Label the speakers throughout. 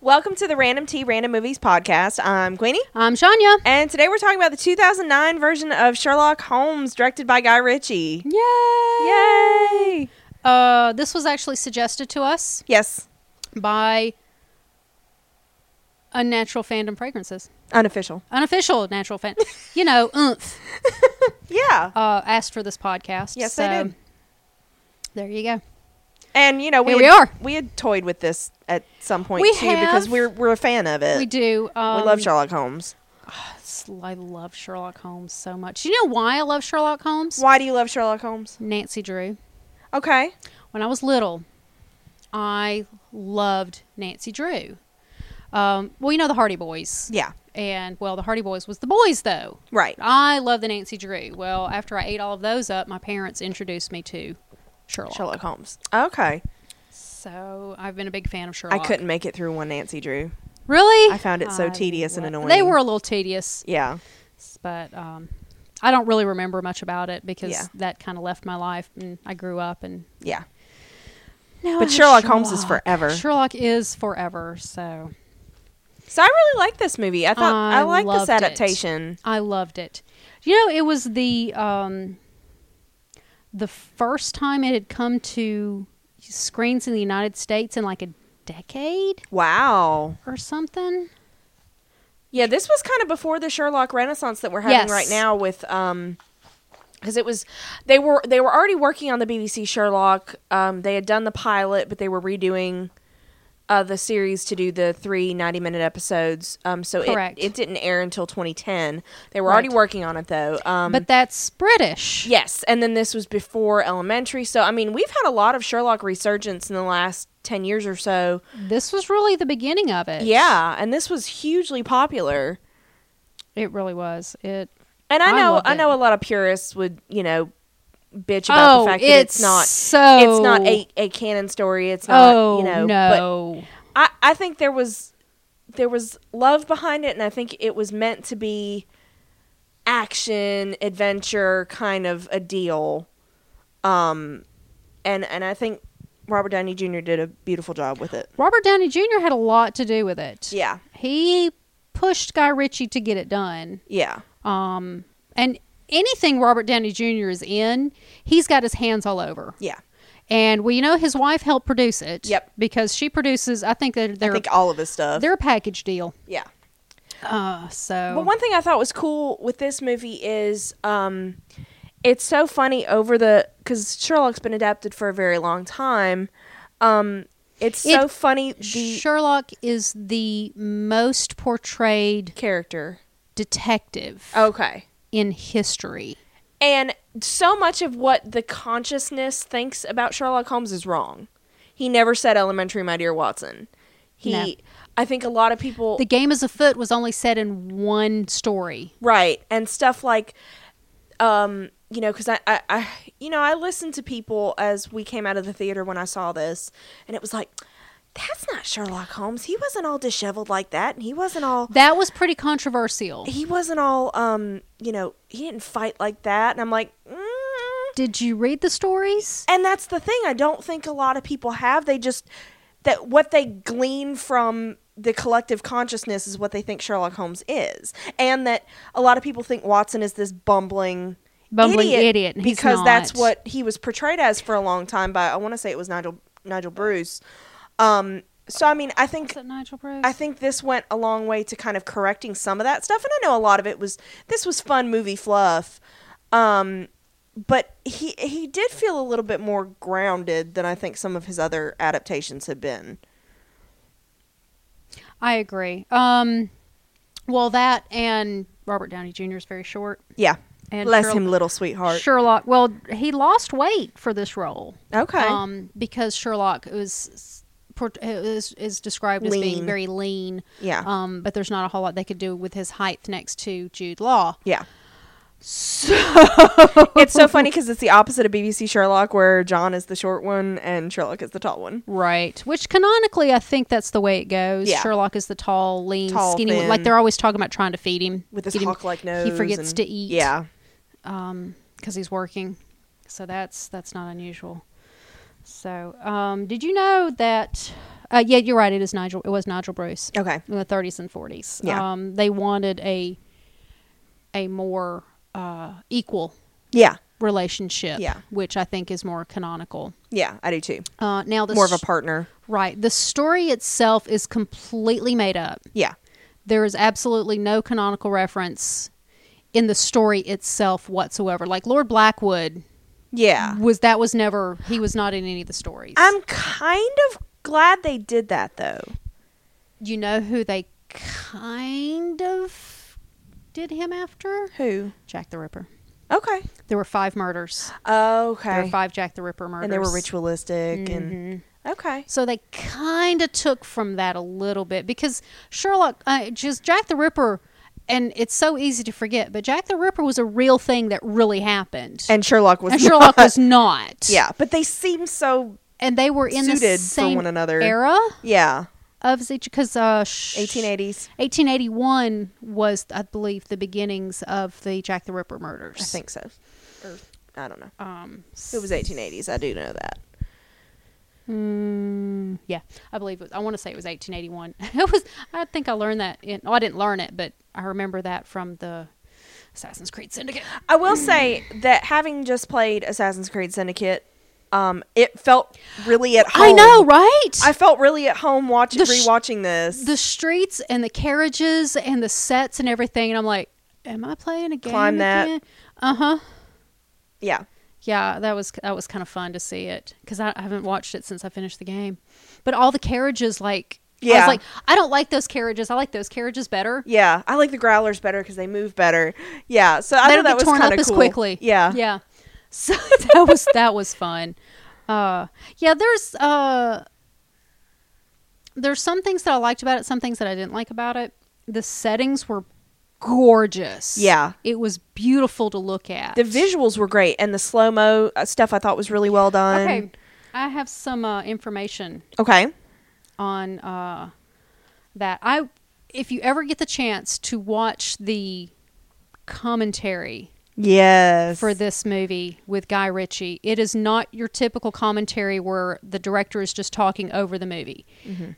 Speaker 1: Welcome to the Random Tea Random Movies podcast. I'm Queenie,
Speaker 2: I'm Shania.
Speaker 1: and today we're talking about the 2009 version of Sherlock Holmes, directed by Guy Ritchie.
Speaker 2: Yay!
Speaker 1: Yay!
Speaker 2: Uh, this was actually suggested to us
Speaker 1: Yes,
Speaker 2: by unnatural fandom fragrances,
Speaker 1: unofficial.
Speaker 2: unofficial natural fan. you know, oomph.
Speaker 1: Yeah,
Speaker 2: Uh, asked for this podcast.
Speaker 1: Yes, they did.
Speaker 2: There you go.
Speaker 1: and you know we
Speaker 2: Here we
Speaker 1: had-
Speaker 2: are.
Speaker 1: We had toyed with this at some point
Speaker 2: We
Speaker 1: too because
Speaker 2: have.
Speaker 1: we're we're a fan of it.
Speaker 2: We do. Um,
Speaker 1: We love Sherlock Holmes.
Speaker 2: s- I love Sherlock Holmes so much. You know why I love Sherlock Holmes?
Speaker 1: Why do you love Sherlock Holmes?
Speaker 2: Nancy Drew.
Speaker 1: Okay,
Speaker 2: when I was little, I loved Nancy Drew. Um, well, you know the Hardy Boys,
Speaker 1: yeah,
Speaker 2: and well, the Hardy Boys was the boys though.
Speaker 1: right.
Speaker 2: I love the Nancy Drew. Well, after I ate all of those up, my parents introduced me to Sherlock.
Speaker 1: Sherlock Holmes. Okay,
Speaker 2: So I've been a big fan of
Speaker 1: I
Speaker 2: Sherlock.
Speaker 1: couldn't make it through one Nancy Drew.
Speaker 2: really.
Speaker 1: I found it so tedious and
Speaker 2: lo-
Speaker 1: annoying.
Speaker 2: They were a little tedious,
Speaker 1: Yeah,
Speaker 2: but um, I don't really remember much about it because
Speaker 1: Yeah.
Speaker 2: that kind of left my life, and I grew up and.
Speaker 1: yeah.
Speaker 2: No,
Speaker 1: But Sherlock Holmes is forever.
Speaker 2: Sherlock is forever. So
Speaker 1: So I really like this movie. I thought I,
Speaker 2: I
Speaker 1: like this
Speaker 2: loved it.
Speaker 1: adaptation.
Speaker 2: I loved it. You know, it was the um, the first time it had come to screens in the United States in like a decade
Speaker 1: Wow.
Speaker 2: or something.
Speaker 1: Yeah, this was kind of before the Sherlock Renaissance that we're having
Speaker 2: Yes.
Speaker 1: right now with um because it was they were they were already working on the BBC Sherlock. Um they had done the pilot, but they were redoing uh the series to do the three 90 minute episodes. Um so it
Speaker 2: Correct.
Speaker 1: it didn't air until 2010. They were
Speaker 2: Right.
Speaker 1: already working on it though. Um
Speaker 2: but that's British.
Speaker 1: Yes, and then this was before elementary. So I mean, we've had a lot of Sherlock resurgence in the last 10 years or so.
Speaker 2: This was really the beginning of it.
Speaker 1: Yeah, and this was hugely popular.
Speaker 2: It really was. It
Speaker 1: And I
Speaker 2: I
Speaker 1: know
Speaker 2: loved
Speaker 1: I,
Speaker 2: it.
Speaker 1: know a lot of purists would, you know, bitch about the fact that it's not
Speaker 2: Oh, so
Speaker 1: it's not a, a canon story. It's not,
Speaker 2: Oh
Speaker 1: you know,
Speaker 2: no.
Speaker 1: but I I think there was there was love behind it and I think it was meant to be action adventure kind of a deal. Um and and I think Robert Downey Jr. did a beautiful job with it.
Speaker 2: Robert Downey Jr. had a lot to do with it.
Speaker 1: Yeah.
Speaker 2: He pushed Guy Ritchie to get it done.
Speaker 1: Yeah.
Speaker 2: Um, and anything Robert Downey Jr. is in, he's got his hands all over.
Speaker 1: Yeah.
Speaker 2: And we know his wife helped produce it.
Speaker 1: Yep.
Speaker 2: Because she produces, I think they're
Speaker 1: I
Speaker 2: they're,
Speaker 1: think all of his stuff.
Speaker 2: they're a package deal.
Speaker 1: Yeah.
Speaker 2: Uh, so
Speaker 1: But one thing I thought was cool with this movie is um, it's so funny over the because Sherlock's been adapted for a very long time. Um, it's so
Speaker 2: It-
Speaker 1: funny the
Speaker 2: Sherlock is the most portrayed
Speaker 1: character.
Speaker 2: detective
Speaker 1: Okay,
Speaker 2: in history.
Speaker 1: and so much of what the consciousness thinks about Sherlock Holmes is wrong. He never said "Elementary, my dear Watson." He,
Speaker 2: No.
Speaker 1: I think, a lot of people
Speaker 2: The game is afoot was only set in one story.
Speaker 1: right and stuff like um you know because I, I i you know i listened to people as we came out of the theater when i saw this and it was like that's not sherlock holmes he wasn't all disheveled like that and he wasn't all
Speaker 2: That was pretty controversial.
Speaker 1: he wasn't all um you know he didn't fight like that and i'm like mm.
Speaker 2: Did you read the stories?
Speaker 1: and that's the thing i don't think a lot of people have they just that what they glean from the collective consciousness is what they think sherlock holmes is and that a lot of people think watson is this bumbling
Speaker 2: Bumbling idiot, and he's
Speaker 1: because that's
Speaker 2: not.
Speaker 1: what he was portrayed as for a long time by i want to say it was nigel nigel bruce um so i mean i think
Speaker 2: Is it Nigel Bruce?
Speaker 1: I think this went a long way to kind of correcting some of that stuff, and I know a lot of it was this was fun movie fluff, um, but he he did feel a little bit more grounded than I think some of his other adaptations have been.
Speaker 2: I agree. Um, well, that and Robert Downey Jr. is very short.
Speaker 1: Yeah,
Speaker 2: And
Speaker 1: bless
Speaker 2: Sherlock-
Speaker 1: him, little sweetheart.
Speaker 2: Sherlock. Well, he lost weight for this role.
Speaker 1: Okay,
Speaker 2: Um, because Sherlock was port- is, is described as
Speaker 1: Lean.
Speaker 2: being very lean.
Speaker 1: yeah,
Speaker 2: Um, but there's not a whole lot they could do with his height next to Jude Law.
Speaker 1: yeah. it's so funny because it's the opposite of BBC Sherlock, where John is the short one and Sherlock is the tall one.
Speaker 2: Right. Which canonically, I think that's the way it goes.
Speaker 1: Yeah.
Speaker 2: Sherlock is the tall, lean,
Speaker 1: Tall,
Speaker 2: skinny one.
Speaker 1: thin.
Speaker 2: Like they're always talking about trying to feed him
Speaker 1: With his
Speaker 2: Get him-
Speaker 1: hawk-like nose,
Speaker 2: He forgets
Speaker 1: and-
Speaker 2: to eat.
Speaker 1: Yeah,
Speaker 2: um, because he's working. So that's that's not unusual. So um, did you know that? Uh, yeah, you're right. It is Nigel. It was Nigel Bruce
Speaker 1: Okay.
Speaker 2: in the 30s and 40s.
Speaker 1: Yeah.
Speaker 2: Um, they wanted a a more uh, equal
Speaker 1: Yeah.
Speaker 2: relationship.
Speaker 1: Yeah.
Speaker 2: Which I think is more canonical.
Speaker 1: Yeah, I do too.
Speaker 2: Uh, now the
Speaker 1: More of a
Speaker 2: s-
Speaker 1: partner.
Speaker 2: right. The story itself is completely made up.
Speaker 1: Yeah.
Speaker 2: There is absolutely no canonical reference in the story itself whatsoever. Like Lord Blackwood
Speaker 1: Yeah.
Speaker 2: was that was never he was not in any of the stories.
Speaker 1: I'm kind of glad they did that though.
Speaker 2: you know who they kind of did him after?
Speaker 1: Who?
Speaker 2: Jack the Ripper.
Speaker 1: Okay.
Speaker 2: There were five murders. There were
Speaker 1: Oh, Okay.
Speaker 2: five Jack the Ripper murders.
Speaker 1: And
Speaker 2: Mm-hmm.
Speaker 1: they were ritualistic and okay.
Speaker 2: So they kind of took from that a little bit because Sherlock, uh, just Jack the Ripper, and it's so easy to forget, but Jack the Ripper was a real thing that really happened.
Speaker 1: And Sherlock was
Speaker 2: And Sherlock
Speaker 1: not-
Speaker 2: was not.
Speaker 1: Yeah, but they seem so
Speaker 2: And they were in the
Speaker 1: Suited for
Speaker 2: same
Speaker 1: one another.
Speaker 2: era
Speaker 1: yeah,
Speaker 2: of each, because uh, sh-
Speaker 1: 1880s.
Speaker 2: 1881 was, I believe, the beginnings of the Jack the Ripper murders.
Speaker 1: I think so. Or I don't know.
Speaker 2: Um,
Speaker 1: It was 1880s. I do know that. Hmm.
Speaker 2: Mm, yeah, I believe it was. I want to say it was 1881. it was. I think I learned that. In, well, I didn't learn it, but I remember that from the Assassin's Creed Syndicate.
Speaker 1: I will say that having just played Assassin's Creed Syndicate, um, it felt really at home.
Speaker 2: Oh. I know, right?
Speaker 1: I felt really at home watching
Speaker 2: The sh-
Speaker 1: rewatching this.
Speaker 2: the streets and the carriages and the sets and everything, and I'm like, am I playing a game?
Speaker 1: Climb that.
Speaker 2: Uh huh.
Speaker 1: yeah,
Speaker 2: Yeah, that was that was kind of fun to see it because I, I haven't watched it since I finished the game. But all the carriages, like, I
Speaker 1: Yeah.
Speaker 2: was like, I don't like those carriages. I like those carriages better.
Speaker 1: yeah. I like the growlers better because they move better. Yeah, so I
Speaker 2: they
Speaker 1: thought
Speaker 2: don't
Speaker 1: that
Speaker 2: get
Speaker 1: was
Speaker 2: torn
Speaker 1: kind
Speaker 2: up
Speaker 1: of
Speaker 2: as
Speaker 1: cool.
Speaker 2: quickly.
Speaker 1: Yeah,
Speaker 2: yeah. So that was that was fun. Uh, yeah, there's uh, there's some things that I liked about it, some things that I didn't like about it. The settings were gorgeous.
Speaker 1: Yeah.
Speaker 2: it was beautiful to look at.
Speaker 1: The visuals were great, and the slow mo stuff I thought was really well done.
Speaker 2: Okay, I have some uh, information
Speaker 1: Okay.
Speaker 2: on uh, that. I if you ever get the chance to watch the commentary
Speaker 1: Yes.
Speaker 2: for this movie with Guy Ritchie. It is not your typical commentary where the director is just talking over the movie.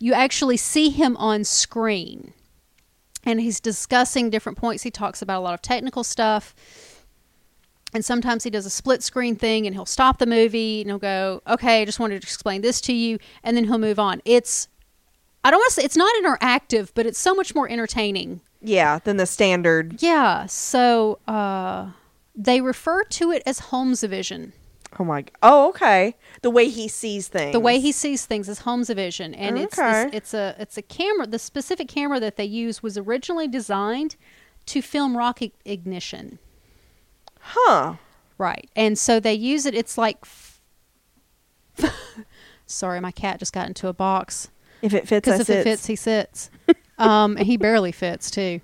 Speaker 2: You actually see him on screen and he's discussing different points. He talks about a lot of technical stuff. And sometimes he does a split screen thing and he'll stop the movie and he'll go, okay, I just wanted to explain this to you. And then he'll move on. It's, I don't want to say it's not interactive, but it's so much more entertaining
Speaker 1: yeah, than the standard.
Speaker 2: yeah, so uh, they refer to it as Holmes vision.
Speaker 1: Oh my. g- Oh, okay. The way he sees things.
Speaker 2: The way he sees things is Holmes vision, and it's this,
Speaker 1: Okay.
Speaker 2: it's a it's a camera. The specific camera that they use was originally designed to film rocket ignition,
Speaker 1: Huh.
Speaker 2: right? And so they use it. It's like, f- sorry, my cat just got into a box.
Speaker 1: If it fits,
Speaker 2: Because
Speaker 1: I
Speaker 2: if it fits, he sits. um, and he barely fits too.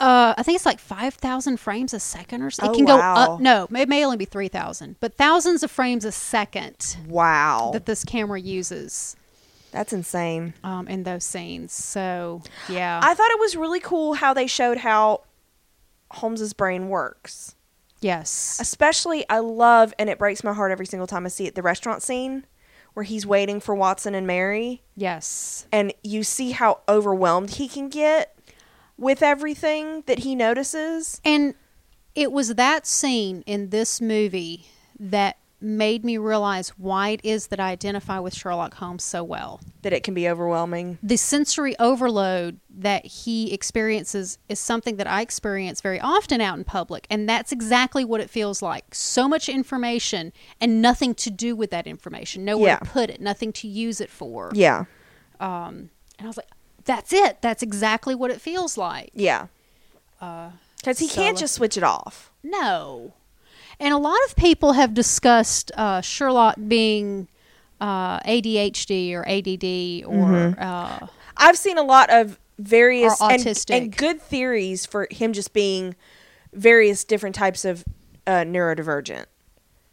Speaker 2: Uh, I think it's like five thousand frames a second, or so.
Speaker 1: Oh,
Speaker 2: it can go
Speaker 1: wow.
Speaker 2: up. No, it may only be three thousand, but thousands of frames a second
Speaker 1: Wow.
Speaker 2: that this camera uses
Speaker 1: That's insane.
Speaker 2: um, in those scenes. So yeah,
Speaker 1: I thought it was really cool how they showed how Holmes's brain works.
Speaker 2: yes,
Speaker 1: Especially, I love, and it breaks my heart every single time I see it, the restaurant scene where he's waiting for Watson and Mary,
Speaker 2: yes,
Speaker 1: and you see how overwhelmed he can get with everything that he notices.
Speaker 2: and it was that scene in this movie that made me realize why it is that I identify with Sherlock Holmes so well.
Speaker 1: That it can be overwhelming.
Speaker 2: the sensory overload that he experiences is something that I experience very often out in public. And that's exactly what it feels like. So much information and nothing to do with that information, nowhere to
Speaker 1: Yeah.
Speaker 2: put it, nothing to use it for.
Speaker 1: Yeah.
Speaker 2: Um, and I was like, that's it. That's exactly what it feels like.
Speaker 1: Yeah. Because he can't
Speaker 2: Uh, so-
Speaker 1: just switch it off.
Speaker 2: No. And a lot of people have discussed uh, Sherlock being uh, ADHD or ADD or.
Speaker 1: Mm-hmm.
Speaker 2: Uh,
Speaker 1: I've seen a lot of various
Speaker 2: Or
Speaker 1: and-
Speaker 2: autistic.
Speaker 1: And, good theories for him just being various different types of uh, neurodivergent.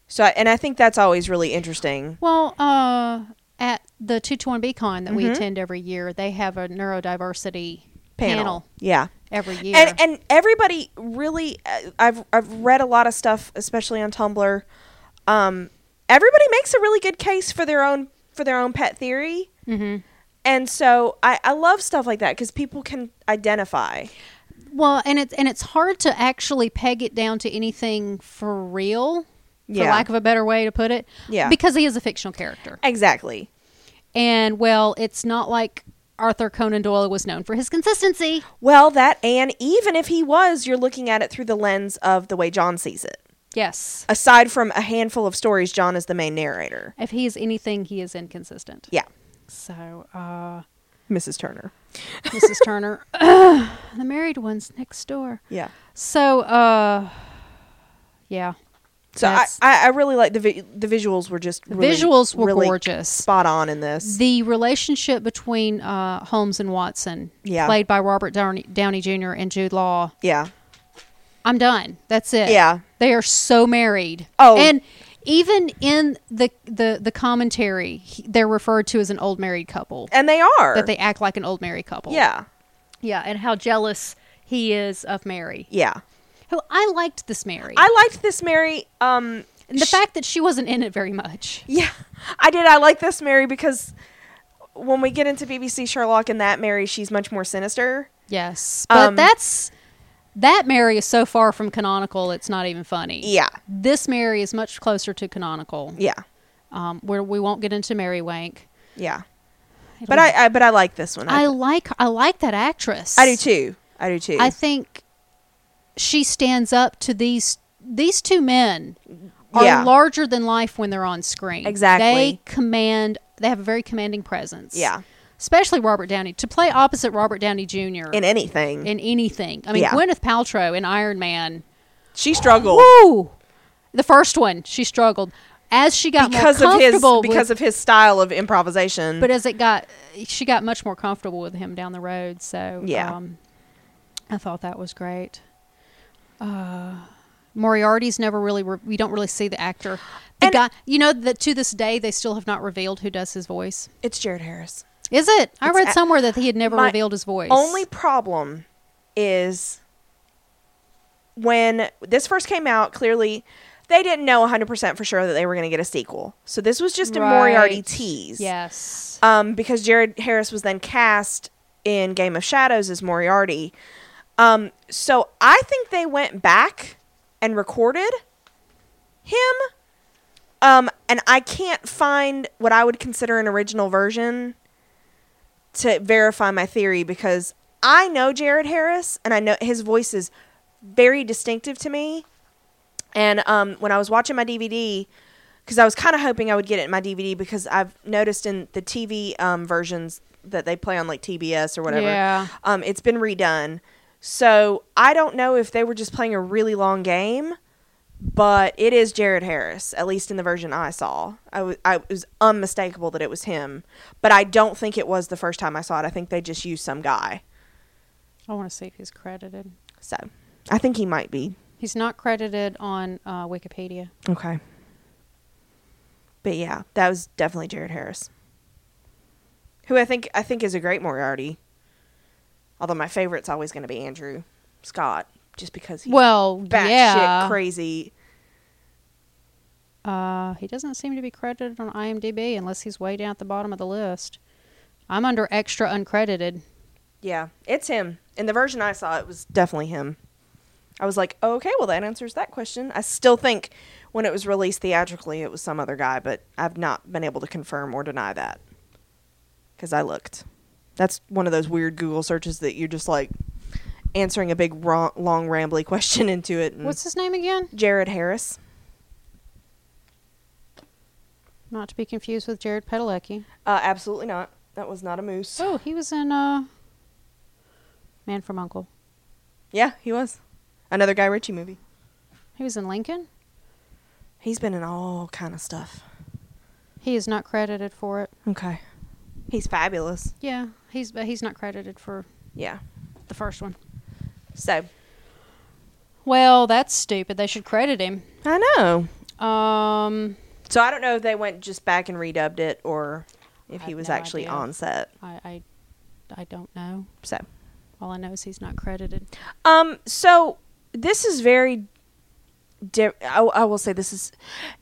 Speaker 1: So, I, and I think that's always really interesting.
Speaker 2: Well, uh, at the two to one BCon that we attend every year, they have a neurodiversity panel,
Speaker 1: yeah.
Speaker 2: every year.
Speaker 1: And and everybody really, uh, I've I've read a lot of stuff, especially on Tumblr. Um, everybody makes a really good case for their own for their own pet theory.
Speaker 2: Mhm.
Speaker 1: And so I, I love stuff like that because people can identify.
Speaker 2: Well, and it's and it's hard to actually peg it down to anything for real, for
Speaker 1: Yeah.
Speaker 2: lack of a better way to put it.
Speaker 1: Yeah.
Speaker 2: Because he is a fictional character.
Speaker 1: Exactly.
Speaker 2: And well, it's not like Arthur Conan Doyle was known for his consistency.
Speaker 1: Well, that and even if he was, you're looking at it through the lens of the way John sees it.
Speaker 2: Yes.
Speaker 1: Aside from a handful of stories, John is the main narrator.
Speaker 2: If he is anything, he is inconsistent.
Speaker 1: Yeah,
Speaker 2: So, uh,
Speaker 1: Mrs. Turner.
Speaker 2: Mrs. Turner, the married one's next door.
Speaker 1: Yeah.
Speaker 2: So, uh, yeah.
Speaker 1: So I,
Speaker 2: That's-
Speaker 1: I, I really like the vi- the visuals were just
Speaker 2: The
Speaker 1: really,
Speaker 2: visuals were
Speaker 1: really
Speaker 2: gorgeous.
Speaker 1: spot on in this.
Speaker 2: The relationship between uh, Holmes and Watson,
Speaker 1: Yeah.
Speaker 2: played by Robert Downey, Downey Jr. and Jude Law,
Speaker 1: yeah,
Speaker 2: I'm done. That's it.
Speaker 1: Yeah.
Speaker 2: They are so married.
Speaker 1: Oh.
Speaker 2: And even in the the the commentary, he- they're referred to as an old married couple.
Speaker 1: and they are
Speaker 2: That they act like an old married couple.
Speaker 1: yeah
Speaker 2: Yeah, and how jealous he is of Mary.
Speaker 1: yeah.
Speaker 2: Who I liked this Mary.
Speaker 1: I liked this Mary. Um,
Speaker 2: and the
Speaker 1: sh-
Speaker 2: fact that she wasn't in it very much.
Speaker 1: yeah, I did. I like this Mary because when we get into BBC Sherlock and that Mary, she's much more sinister.
Speaker 2: Yes. But
Speaker 1: Um,
Speaker 2: that's that Mary is so far from canonical it's not even funny.
Speaker 1: Yeah,
Speaker 2: This Mary is much closer to canonical.
Speaker 1: yeah,
Speaker 2: Um where we won't get into Mary Wank.
Speaker 1: yeah.
Speaker 2: It'll
Speaker 1: But
Speaker 2: be
Speaker 1: I, I but I like this one.
Speaker 2: I
Speaker 1: I,
Speaker 2: like I like that actress.
Speaker 1: I do too. I do too.
Speaker 2: I think she stands up to these these two men are
Speaker 1: Yeah.
Speaker 2: larger than life when they're on screen.
Speaker 1: Exactly.
Speaker 2: They command they have a very commanding presence.
Speaker 1: Yeah.
Speaker 2: Especially Robert Downey. To play opposite Robert Downey Jr.
Speaker 1: in anything,
Speaker 2: in anything. I mean
Speaker 1: Yeah.
Speaker 2: Gwyneth Paltrow in Iron Man.
Speaker 1: she struggled
Speaker 2: Woo! The first one, she struggled. As she got
Speaker 1: because
Speaker 2: more
Speaker 1: of his
Speaker 2: comfortable
Speaker 1: because of
Speaker 2: with,
Speaker 1: his style of improvisation.
Speaker 2: but as it got she got much more comfortable with him down the road so
Speaker 1: Yeah.
Speaker 2: um, i thought that was great uh, moriarty's never really re- we don't really see the actor the
Speaker 1: And-
Speaker 2: guy you know that to this day they still have not revealed who does his voice
Speaker 1: it's Jared Harris.
Speaker 2: is it i
Speaker 1: It's
Speaker 2: read
Speaker 1: a-
Speaker 2: somewhere that he had never
Speaker 1: my
Speaker 2: revealed his voice
Speaker 1: Only problem is when this first came out, clearly they didn't know 100% for sure that they were going to get a sequel. So this was just a Moriarty
Speaker 2: Right.
Speaker 1: tease.
Speaker 2: yes
Speaker 1: Um, because Jared Harris was then cast in Game of Shadows as Moriarty. Um, so I think they went back and recorded him. Um, and I can't find what I would consider an original version to verify my theory because I know Jared Harris and I know his voice is very distinctive to me. And um, when I was watching my DVD, because I was kind of hoping I would get it in my DVD because I've noticed in the TV um, versions that they play on like TBS or whatever,
Speaker 2: Yeah.
Speaker 1: um, it's been redone. So I don't know if they were just playing a really long game, but it is Jared Harris, at least in the version I saw. I wa- I- it was unmistakable that it was him, but I don't think it was the first time I saw it. I think they just used some guy.
Speaker 2: i want to see if he's credited
Speaker 1: So I think he might be.
Speaker 2: he's not credited on uh, wikipedia
Speaker 1: Okay. But yeah, that was definitely Jared Harris. Who I think I think is a great Moriarty. Although my favorite's always going to be Andrew Scott just because he's
Speaker 2: well
Speaker 1: batshit
Speaker 2: yeah
Speaker 1: crazy.
Speaker 2: Uh, he doesn't seem to be credited on IMDb unless he's way down at the bottom of the list. I'm under extra uncredited.
Speaker 1: Yeah, it's him. In the version I saw, it was definitely him. I was like, oh, okay, well that answers that question. I still think when it was released theatrically, it was some other guy, but I've not been able to confirm or deny that because I looked. That's one of those weird Google searches that you're just like answering a big wrong, long rambly question into it. And
Speaker 2: What's his name again?
Speaker 1: Jared Harris?
Speaker 2: Not to be confused with Jared Padalecki.
Speaker 1: Uh, absolutely not. That was not a moose.
Speaker 2: Oh, he was in uh, Man from Uncle.
Speaker 1: Yeah, he was another Guy Ritchie movie.
Speaker 2: He was in Lincoln.
Speaker 1: He's been in all kind of stuff.
Speaker 2: He is not credited for it.
Speaker 1: Okay, he's fabulous.
Speaker 2: Yeah, he's but he's not credited for
Speaker 1: Yeah.
Speaker 2: the first one.
Speaker 1: So
Speaker 2: Well, that's stupid. They should credit him.
Speaker 1: I know.
Speaker 2: Um,
Speaker 1: So I don't know if they went just back and redubbed it or if
Speaker 2: I
Speaker 1: he
Speaker 2: have
Speaker 1: was
Speaker 2: no
Speaker 1: actually
Speaker 2: idea.
Speaker 1: on set.
Speaker 2: I, I I don't know.
Speaker 1: So
Speaker 2: All I know is he's not credited.
Speaker 1: um so this is very di- I, I will say this is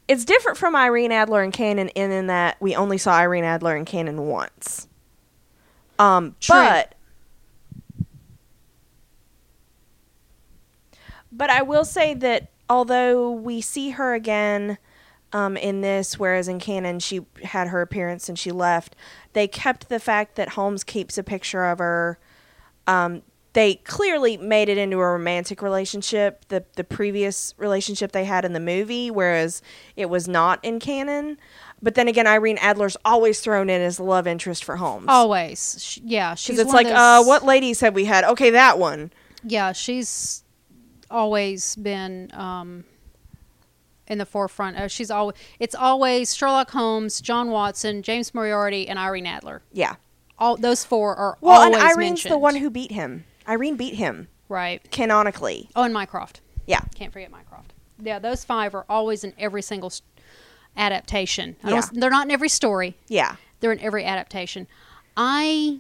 Speaker 1: it's different from Irene Adler and Cannon in, in that we only saw Irene Adler and Cannon once. Um,
Speaker 2: True.
Speaker 1: but but I will say that although we see her again um, in this, whereas in canon she had her appearance and she left, they kept the fact that Holmes keeps a picture of her. Um, they clearly made it into a romantic relationship, the the previous relationship they had in the movie, whereas it was not in canon. But then again, Irene Adler's always thrown in as the love interest for Holmes.
Speaker 2: Always, Sh- yeah. Oh, She's
Speaker 1: Because it's
Speaker 2: one
Speaker 1: like,
Speaker 2: of
Speaker 1: uh,
Speaker 2: those-
Speaker 1: what ladies have we had? Okay, that one.
Speaker 2: Yeah, she's always been um, in the forefront. Uh, she's always. It's always Sherlock Holmes, John Watson, James Moriarty, and Irene Adler.
Speaker 1: Yeah.
Speaker 2: All those four are
Speaker 1: Well, and
Speaker 2: always
Speaker 1: Irene's
Speaker 2: mentioned.
Speaker 1: the one who beat him. Irene beat him
Speaker 2: right.
Speaker 1: canonically.
Speaker 2: Oh, and Mycroft.
Speaker 1: Yeah.
Speaker 2: Can't forget Mycroft. Yeah, those five are always in every single s adaptation. I
Speaker 1: Yeah.
Speaker 2: don't, they're not in every story.
Speaker 1: Yeah.
Speaker 2: They're in every adaptation. I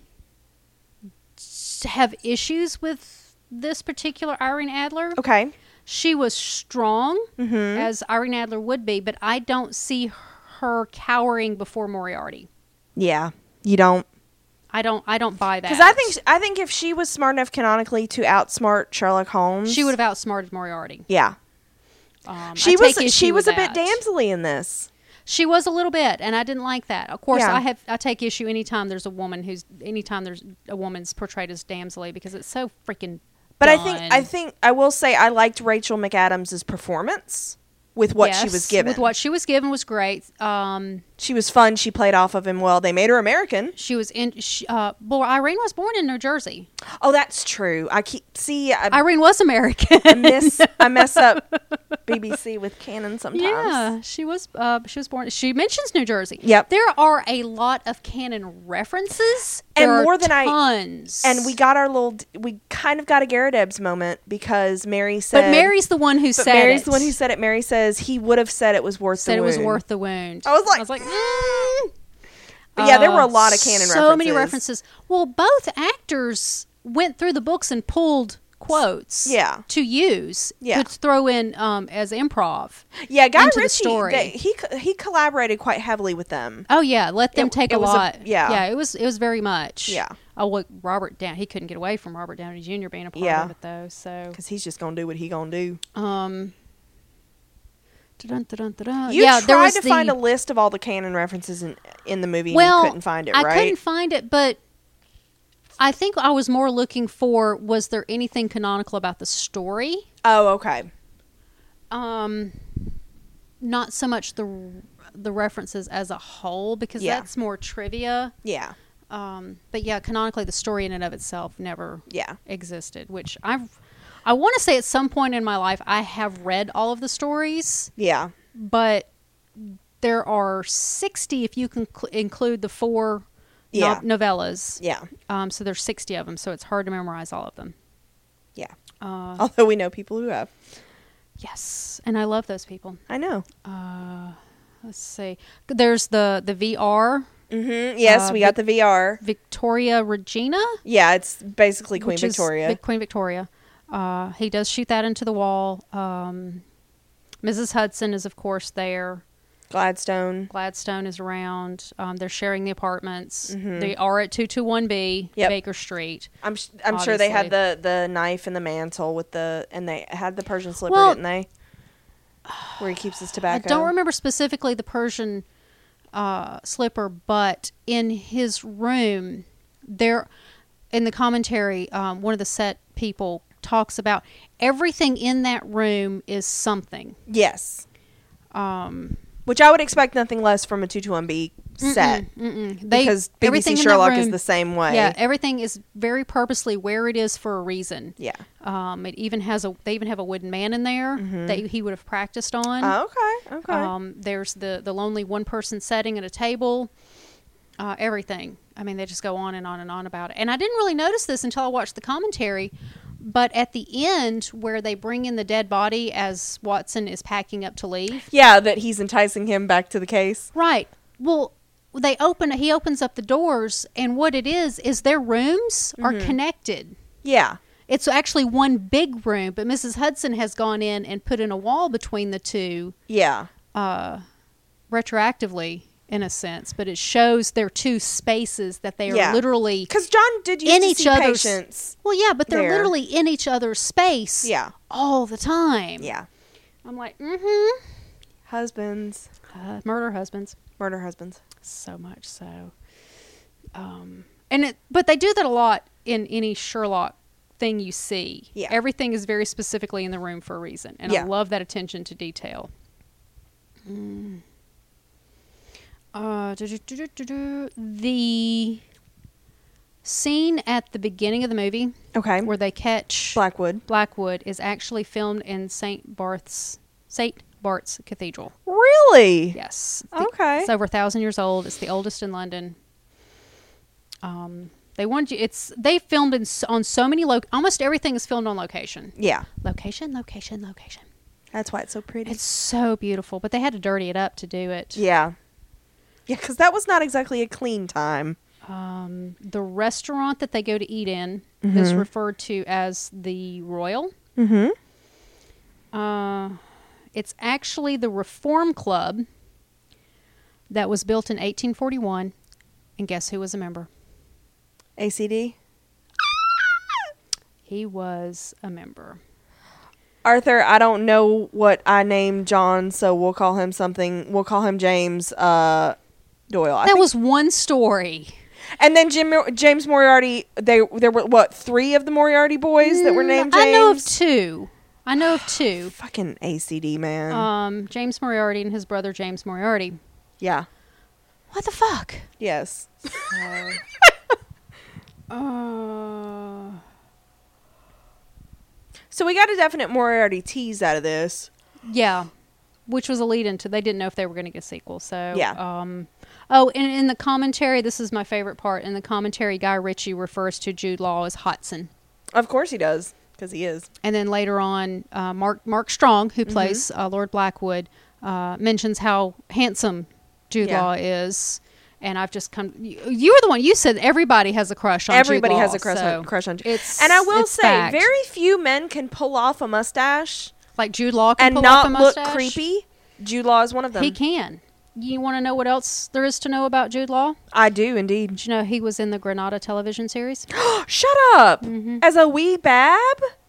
Speaker 2: s- have issues with this particular Irene Adler.
Speaker 1: Okay. Mm-hmm.
Speaker 2: She was strong, as Irene Adler would be, but I don't see her cowering before Moriarty.
Speaker 1: Yeah. You don't.
Speaker 2: I don't. I don't buy that
Speaker 1: Because I think I think if she was smart enough canonically to outsmart Sherlock Holmes,
Speaker 2: she would have outsmarted Moriarty.
Speaker 1: Yeah.
Speaker 2: Um, I
Speaker 1: She
Speaker 2: take
Speaker 1: was. She
Speaker 2: issue
Speaker 1: was
Speaker 2: with
Speaker 1: a bit
Speaker 2: that.
Speaker 1: damselly in this.
Speaker 2: She was a little bit, and I didn't like that. Of course,
Speaker 1: Yeah.
Speaker 2: I have I take issue anytime there's a woman who's anytime there's a woman's portrayed as damselly because it's so freaking.
Speaker 1: But I think I
Speaker 2: done.
Speaker 1: think I will say I liked Rachel McAdams' performance with what she
Speaker 2: Yes,
Speaker 1: was given.
Speaker 2: with what she was given was great. Um,
Speaker 1: she was fun. She played off of him well. They made her American.
Speaker 2: she was in. She, uh, well, Irene was born in New Jersey.
Speaker 1: Oh, that's true. I keep see. I,
Speaker 2: Irene was American.
Speaker 1: I miss I mess up BBC with canon sometimes.
Speaker 2: yeah, she was. Uh, she was born. She mentions New Jersey.
Speaker 1: Yep.
Speaker 2: There are a lot of canon references
Speaker 1: And
Speaker 2: There are
Speaker 1: more than I-
Speaker 2: tons.
Speaker 1: And we got our little we kind of got a Garrett Ebbs moment because Mary said
Speaker 2: But Mary's the one who
Speaker 1: but
Speaker 2: said
Speaker 1: Mary's
Speaker 2: it.
Speaker 1: the one who said it. Mary says he would have said it was worth
Speaker 2: said
Speaker 1: the
Speaker 2: it was
Speaker 1: wound.
Speaker 2: worth the wound.
Speaker 1: I was like,
Speaker 2: I was like, mm.
Speaker 1: But yeah, there were a
Speaker 2: Uh,
Speaker 1: lot of canon
Speaker 2: so
Speaker 1: references.
Speaker 2: many references. Well, both actors went through the books and pulled quotes.
Speaker 1: Yeah.
Speaker 2: To use.
Speaker 1: Yeah.
Speaker 2: To throw in um, as improv.
Speaker 1: Yeah, Guy
Speaker 2: into the
Speaker 1: Ritchie
Speaker 2: story.
Speaker 1: they- he co- he collaborated quite heavily with them.
Speaker 2: Oh yeah, let them
Speaker 1: It-
Speaker 2: take
Speaker 1: it
Speaker 2: a
Speaker 1: was a-
Speaker 2: lot.
Speaker 1: yeah.
Speaker 2: Yeah. It was. It was very much.
Speaker 1: Yeah.
Speaker 2: Oh, what Robert Down? He couldn't get away from Robert Downey Jr. being a part
Speaker 1: Yeah.
Speaker 2: of it though. So.
Speaker 1: Because he's just gonna do what he gonna do.
Speaker 2: Um. dun-dun, dun-dun, dun-dun.
Speaker 1: You
Speaker 2: Oh, yeah,
Speaker 1: tried
Speaker 2: there was
Speaker 1: to
Speaker 2: the,
Speaker 1: find a list of all the canon references in in the movie. and you couldn't find it, right?
Speaker 2: I couldn't find it, but I think I was more looking for was there anything canonical about the story?
Speaker 1: oh, okay.
Speaker 2: Um, not so much the the references as a whole because
Speaker 1: Yeah.
Speaker 2: that's more trivia.
Speaker 1: Yeah,
Speaker 2: Um, but yeah, canonically, the story in and of itself never
Speaker 1: yeah.
Speaker 2: existed, which I I want to say at some point in my life I have read all of the stories,
Speaker 1: Yeah.
Speaker 2: but there are 60 if you can cl- include the four no-
Speaker 1: Yeah.
Speaker 2: novellas.
Speaker 1: Yeah.
Speaker 2: Um, so there's 60 of them, so it's hard to memorize all of them.
Speaker 1: Yeah.
Speaker 2: Uh,
Speaker 1: Although we know people who have.
Speaker 2: Yes, and I love those people.
Speaker 1: I know.
Speaker 2: Uh, let's see. There's the the VR
Speaker 1: Mm-hmm. Yes,
Speaker 2: Uh,
Speaker 1: we got the VR.
Speaker 2: Victoria Regina,
Speaker 1: Yeah, it's basically Queen
Speaker 2: which is
Speaker 1: Victoria.
Speaker 2: Vic- Queen Victoria. Uh, he does shoot that into the wall. Um, Mrs. Hudson is of course there.
Speaker 1: Gladstone.
Speaker 2: Gladstone is around. Um, they're sharing the apartments. They are at two two one B
Speaker 1: Mm-hmm. Yep.
Speaker 2: Baker Street.
Speaker 1: I'm sh- I'm sure they had
Speaker 2: Obviously.
Speaker 1: the the knife and the mantle with the and they had the Persian slipper,
Speaker 2: Well-
Speaker 1: didn't they? Where he keeps his
Speaker 2: I
Speaker 1: tobacco.
Speaker 2: don't remember specifically the Persian uh, slipper, but in his room, there, in the commentary, um, one of the set people talks about everything in that room is something.
Speaker 1: Yes,
Speaker 2: Um,
Speaker 1: which I would expect nothing less from a two two one B set
Speaker 2: mm-mm. They,
Speaker 1: because
Speaker 2: everything
Speaker 1: BBC
Speaker 2: in that
Speaker 1: Sherlock is
Speaker 2: room-
Speaker 1: the same way.
Speaker 2: Yeah, everything is very purposely where it is for a reason.
Speaker 1: Yeah.
Speaker 2: Um, it even has a they even have a wooden man in there
Speaker 1: Mm-hmm.
Speaker 2: that he would have practiced on.
Speaker 1: Oh, okay. Okay.
Speaker 2: Um, there's the the lonely one person setting at a table. Uh, everything. I mean, they just go on and on and on about it. And I didn't really notice this until I watched the commentary. But at the end, where they bring in the dead body as Watson is packing up to leave,
Speaker 1: yeah, that he's enticing him back to the case.
Speaker 2: right? Well, they open. He opens up the doors, and what it is is their rooms are connected.
Speaker 1: Yeah.
Speaker 2: It's actually one big room, but Mrs. Hudson has gone in and put in a wall between the two
Speaker 1: Yeah.
Speaker 2: uh, retroactively in a sense, but it shows their two spaces that they are
Speaker 1: Yeah.
Speaker 2: literally
Speaker 1: Because John did used
Speaker 2: in
Speaker 1: to
Speaker 2: each
Speaker 1: see
Speaker 2: other's
Speaker 1: patients.
Speaker 2: Well, yeah, but they're
Speaker 1: there.
Speaker 2: literally in each other's space
Speaker 1: Yeah.
Speaker 2: all the time.
Speaker 1: Yeah.
Speaker 2: I'm like, mm-hmm.
Speaker 1: Husbands,
Speaker 2: Uh, murder husbands.
Speaker 1: murder husbands.
Speaker 2: so much so um and it but they do that a lot in any sherlock thing you see
Speaker 1: Yeah.
Speaker 2: everything is very specifically in the room for a reason and i
Speaker 1: Yeah.
Speaker 2: love that attention to detail Mm. Uh, du-du-du-du-du-du. the scene at the beginning of the movie
Speaker 1: Okay.
Speaker 2: where they catch
Speaker 1: Blackwood.
Speaker 2: blackwood is actually filmed in st bart's st bart's cathedral
Speaker 1: Really?
Speaker 2: Yes.
Speaker 1: Okay.
Speaker 2: It's over a thousand years old. It's the oldest in London. Um, they wanted you. It's they filmed in s- on so many loc. Almost everything is filmed on location.
Speaker 1: Yeah.
Speaker 2: Location, location, location.
Speaker 1: That's why it's so pretty.
Speaker 2: It's so beautiful, but they had to dirty it up to do it.
Speaker 1: yeah. Yeah, because that was not exactly a clean time.
Speaker 2: Um, the restaurant that they go to eat in is referred to as the Royal.
Speaker 1: Mm-hmm.
Speaker 2: Uh, it's actually the Reform Club that was built in 1841, and guess who was a member?
Speaker 1: ACD.
Speaker 2: He was a member.
Speaker 1: Arthur, I don't know what I named John, so we'll call him something. We'll call him James uh, Doyle. I
Speaker 2: that
Speaker 1: think-
Speaker 2: was one story.
Speaker 1: and then Jim, James Moriarty. They there were what three of the Moriarty boys that were named James.
Speaker 2: Mm, I know of two. I know of two.
Speaker 1: Fucking ACD man.
Speaker 2: Um, James Moriarty and his brother James Moriarty.
Speaker 1: yeah.
Speaker 2: What the fuck?
Speaker 1: Yes.
Speaker 2: Uh,
Speaker 1: So we got a definite Moriarty tease out of this.
Speaker 2: yeah, which was a lead into. They didn't know if they were going to get a sequel. So
Speaker 1: Yeah.
Speaker 2: Um, oh, and in the commentary, this is my favorite part. In the commentary, Guy Ritchie refers to Jude Law as Hotson.
Speaker 1: Of course he does, because he is.
Speaker 2: and then later on, uh, Mark Mark Strong,
Speaker 1: Mm-hmm.
Speaker 2: who plays uh, Lord Blackwood, uh, mentions how handsome Jude
Speaker 1: Yeah.
Speaker 2: Law is. And I've just come. You, you were the one. You said everybody has a crush on. Jude
Speaker 1: Everybody has
Speaker 2: Law,
Speaker 1: a crush
Speaker 2: so
Speaker 1: on crush on.
Speaker 2: It's
Speaker 1: and I will
Speaker 2: it's
Speaker 1: say,
Speaker 2: fact.
Speaker 1: very few men can pull off a mustache
Speaker 2: like Jude Law can
Speaker 1: and
Speaker 2: pull off
Speaker 1: not
Speaker 2: a
Speaker 1: look
Speaker 2: mustache.
Speaker 1: creepy. Jude Law is one of them.
Speaker 2: He can. You want to know what else there is to know about Jude Law?
Speaker 1: I do indeed.
Speaker 2: Did you know he was in the Granada television series?
Speaker 1: Shut up!
Speaker 2: Mm-hmm.
Speaker 1: As a wee bab,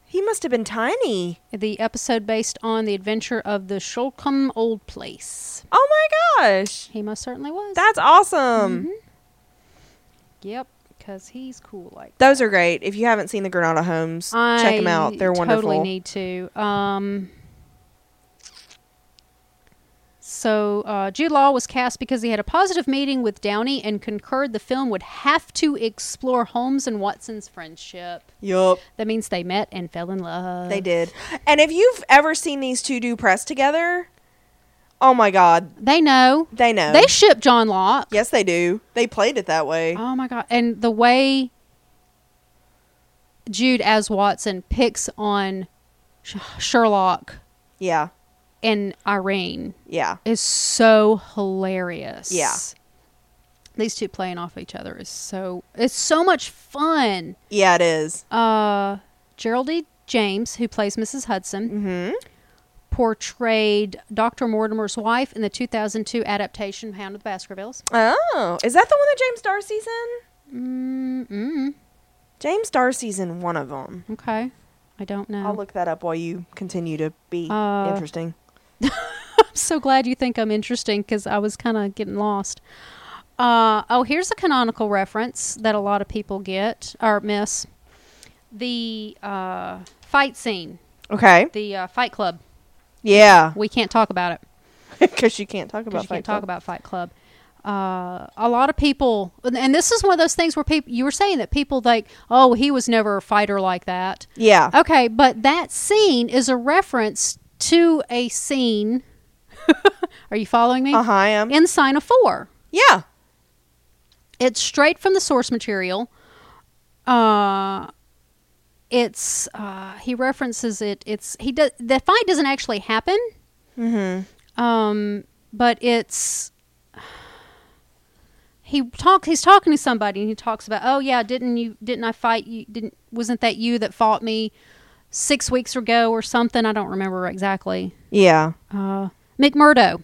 Speaker 1: he must have been tiny.
Speaker 2: the episode based on the adventure of the Shulcom Old Place.
Speaker 1: Oh my gosh,
Speaker 2: He most certainly was.
Speaker 1: that's awesome.
Speaker 2: Mm-hmm. yep, because he's cool like
Speaker 1: Those are great. If you haven't seen the Granada Homes, check them out. They're wonderful.
Speaker 2: Totally need to. Um, so uh, Jude Law was cast because he had a positive meeting with Downey and concurred the film would have to explore Holmes and Watson's friendship.
Speaker 1: yup,
Speaker 2: That means they met and fell in love.
Speaker 1: they did. And if you've ever seen these two do press together, oh my god,
Speaker 2: They know.
Speaker 1: they know.
Speaker 2: They ship John Locke.
Speaker 1: yes, they do. They played it that way.
Speaker 2: Oh my god! And the way Jude as Watson picks on Sh- Sherlock
Speaker 1: Yeah,
Speaker 2: and Irene
Speaker 1: yeah.
Speaker 2: is so hilarious.
Speaker 1: Yeah.
Speaker 2: These two playing off each other is so it's so much fun.
Speaker 1: Yeah, it is.
Speaker 2: Uh Geraldine James, who plays Mrs. Hudson,
Speaker 1: Mm-hmm.
Speaker 2: portrayed Dr. Mortimer's wife in the 2002 adaptation Hound of the Baskervilles.
Speaker 1: Oh, is that the one that James Darcy's in?
Speaker 2: Mm-mm.
Speaker 1: James Darcy's in one of them.
Speaker 2: Okay. I don't know.
Speaker 1: I'll look that up while you continue to be
Speaker 2: Uh,
Speaker 1: interesting.
Speaker 2: I'm so glad you think I'm interesting because I was kind of getting lost. Uh, oh, here's a canonical reference that a lot of people get or miss the uh, fight scene,
Speaker 1: Okay.
Speaker 2: the uh, fight club.
Speaker 1: Yeah,
Speaker 2: We can't talk about it
Speaker 1: because you can't talk
Speaker 2: because
Speaker 1: about
Speaker 2: you
Speaker 1: Fight
Speaker 2: can't
Speaker 1: Club.
Speaker 2: talk about Fight Club. Uh, a lot of people, and- and this is one of those things where people, you were saying that people like, oh, he was never a fighter like that.
Speaker 1: Yeah.
Speaker 2: Okay, but that scene is a reference to a scene. Are you following me?
Speaker 1: Uh huh. I am.
Speaker 2: in Sign of Four.
Speaker 1: Yeah.
Speaker 2: It's straight from the source material. Uh, it's uh, he references it. It's he does the fight doesn't actually happen.
Speaker 1: Mm-hmm.
Speaker 2: Um, but it's he talk he's talking to somebody and he talks about oh yeah didn't you didn't I fight you didn't wasn't that you that fought me six weeks ago or something I don't remember exactly.
Speaker 1: Yeah.
Speaker 2: Uh, McMurdo.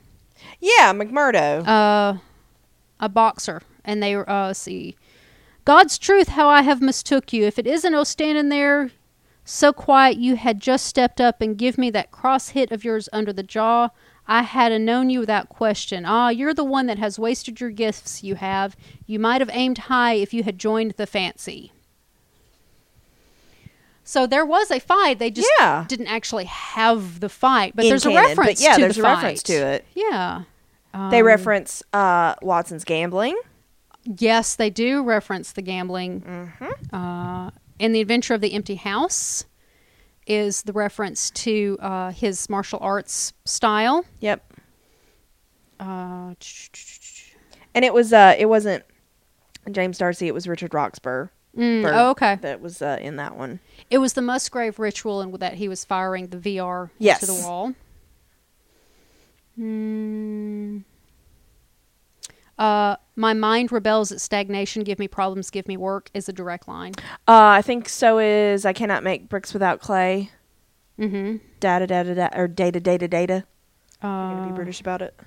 Speaker 1: Yeah, McMurdo.
Speaker 2: Uh, a boxer, and they uh, see God's truth, how I have mistook you. If it isn't oh standing there so quiet you had just stepped up and give me that cross hit of yours under the jaw, I had a known you without question. Ah, you're the one that has wasted your gifts you have. You might have aimed high if you had joined the fancy. So there was a fight. They just
Speaker 1: Yeah.
Speaker 2: didn't actually have the fight, but
Speaker 1: In
Speaker 2: there's
Speaker 1: canon,
Speaker 2: a
Speaker 1: but
Speaker 2: reference
Speaker 1: yeah,
Speaker 2: to
Speaker 1: there's
Speaker 2: the
Speaker 1: a
Speaker 2: fight.
Speaker 1: reference to it.
Speaker 2: Yeah. Um,
Speaker 1: They reference uh, Watson's gambling.
Speaker 2: Yes, they do reference the gambling. Uh, and the adventure of the empty house is the reference to uh, his martial arts style.
Speaker 1: Yep.
Speaker 2: Uh, ch- ch- ch-
Speaker 1: And it was uh, it wasn't James Darcy. It was Richard Roxburgh.
Speaker 2: Mm,
Speaker 1: Burgh
Speaker 2: oh, okay.
Speaker 1: That was uh, in that one.
Speaker 2: It was the Musgrave ritual and that he was firing the VR
Speaker 1: Yes.
Speaker 2: into the wall. Mm. Uh, my mind rebels at stagnation. Give me problems. Give me work is a direct line.
Speaker 1: Uh, I think so is I cannot make bricks without clay.
Speaker 2: Mm-hmm.
Speaker 1: Data data data or data data data. I'm gonna be
Speaker 2: Uh,
Speaker 1: British about it.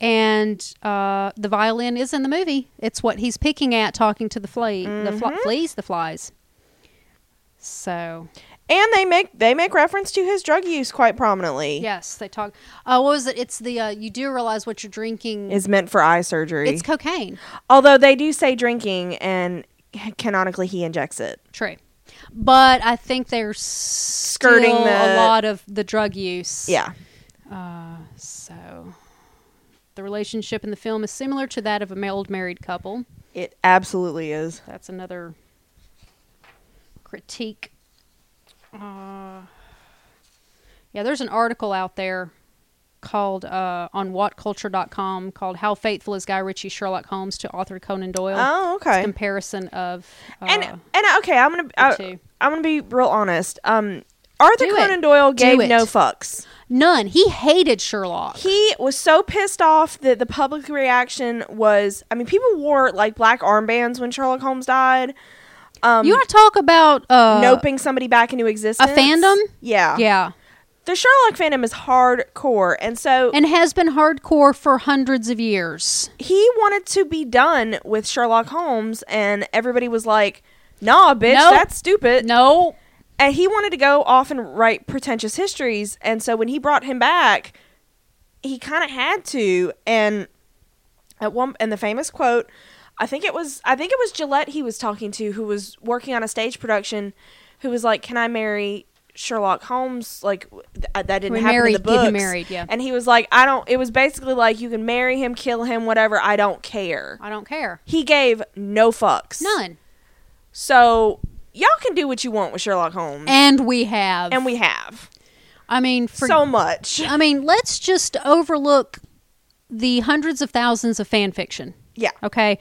Speaker 2: and uh, the violin is in the movie. It's what he's picking at, talking to the flea, the fl-
Speaker 1: Mm-hmm.
Speaker 2: fleas, the flies. So
Speaker 1: And they make they make reference to his drug use quite prominently.
Speaker 2: yes, they talk. Uh, what was it? It's the uh, you do realize what you're drinking.
Speaker 1: Is meant for eye surgery.
Speaker 2: it's cocaine.
Speaker 1: Although they do say drinking, and canonically he injects it.
Speaker 2: True, but I think they're skirting
Speaker 1: Skirting
Speaker 2: a
Speaker 1: the-
Speaker 2: lot of the drug use.
Speaker 1: Yeah.
Speaker 2: Uh, so the relationship in the film is similar to that of a old married couple.
Speaker 1: It absolutely is.
Speaker 2: That's another critique. Uh, yeah, there's an article out there called uh, on whatculture.com called How Faithful is Guy Ritchie Sherlock Holmes to Author Conan Doyle?
Speaker 1: Oh,
Speaker 2: It's a
Speaker 1: okay.
Speaker 2: comparison of. Uh,
Speaker 1: and uh, and okay, I'm gonna I,
Speaker 2: two.
Speaker 1: I'm gonna be real honest. Um, Arthur
Speaker 2: Do it.
Speaker 1: Conan Doyle
Speaker 2: Do
Speaker 1: gave
Speaker 2: it.
Speaker 1: no fucks.
Speaker 2: none. He hated Sherlock.
Speaker 1: He was so pissed off that the public reaction was. I mean, people wore like black armbands when Sherlock Holmes died. Um,
Speaker 2: you want to talk about. Uh,
Speaker 1: noping somebody back into existence?
Speaker 2: fandom?
Speaker 1: Yeah.
Speaker 2: Yeah.
Speaker 1: The Sherlock fandom is hardcore, and so
Speaker 2: And has been hardcore for hundreds of years.
Speaker 1: he wanted to be done with Sherlock Holmes, and everybody was like, "Nah, bitch,
Speaker 2: Nope.
Speaker 1: that's stupid."
Speaker 2: No.
Speaker 1: And he wanted to go off and write pretentious histories, and so when he brought him back, he kind of had to. And at one, and the famous quote, I think it was, I think it was Gillette he was talking to, who was working on a stage production, who was like, "Can I marry?" Sherlock Holmes, like w- th- uh, that didn't
Speaker 2: We
Speaker 1: happen in the
Speaker 2: married- get him
Speaker 1: books.
Speaker 2: married, yeah.
Speaker 1: And he was like, I don't. It was basically like you can marry him, kill him, whatever. I don't care.
Speaker 2: I don't care.
Speaker 1: He gave no fucks.
Speaker 2: None.
Speaker 1: So y'all can do what you want with Sherlock Holmes, and,
Speaker 2: And we have.
Speaker 1: we have
Speaker 2: I mean, for,
Speaker 1: so much.
Speaker 2: I mean, let's just overlook the hundreds of thousands of fan fiction.
Speaker 1: Yeah,
Speaker 2: Okay.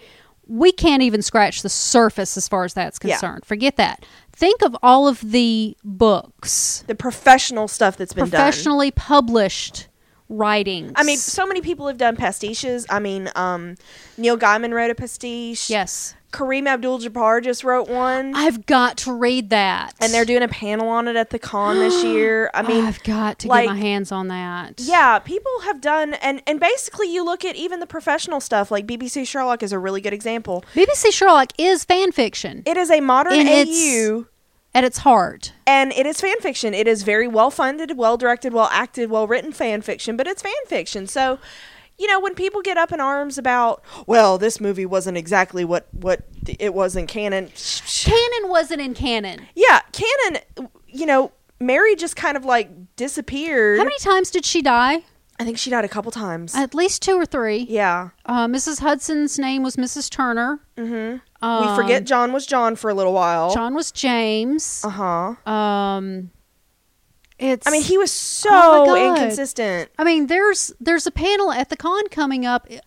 Speaker 2: We can't even scratch the surface as far as that's
Speaker 1: Yeah.
Speaker 2: concerned. Forget that. Think of all of the books
Speaker 1: the professional stuff that's been done.
Speaker 2: professionally published writings.
Speaker 1: I mean, so many people have done pastiches. I mean, um, Neil Gaiman wrote a pastiche.
Speaker 2: yes.
Speaker 1: Kareem Abdul-Jabbar just wrote one,
Speaker 2: I've got to read that.
Speaker 1: and they're doing a panel on it at the con this year. I mean,
Speaker 2: Oh, I've got to
Speaker 1: like-
Speaker 2: get my hands on that.
Speaker 1: Yeah, people have done, and and basically, you look at even the professional stuff. Like BBC Sherlock is a really good example.
Speaker 2: BBC Sherlock is fan fiction
Speaker 1: It is a modern
Speaker 2: And it's-
Speaker 1: AU,
Speaker 2: at its heart.
Speaker 1: and it is fan fiction. It is very well funded, well directed, well acted, well written fan fiction, but it's fan fiction. So, you know, when people get up in arms about, well, this movie wasn't exactly what what th- it was in canon.
Speaker 2: Canon wasn't in canon.
Speaker 1: Yeah, canon. You know, Mary just kind of like disappeared.
Speaker 2: How many times did she die?
Speaker 1: I think she died a couple times.
Speaker 2: At least two or three.
Speaker 1: yeah,
Speaker 2: Uh, Mrs. Hudson's name was Mrs. Turner. Mm-hmm.
Speaker 1: we forget John was John for a little while.
Speaker 2: John was James.
Speaker 1: Uh huh.
Speaker 2: Um, it's.
Speaker 1: I mean, he was so
Speaker 2: Oh my God.
Speaker 1: inconsistent.
Speaker 2: I mean, there's there's a panel at the con coming up, uh,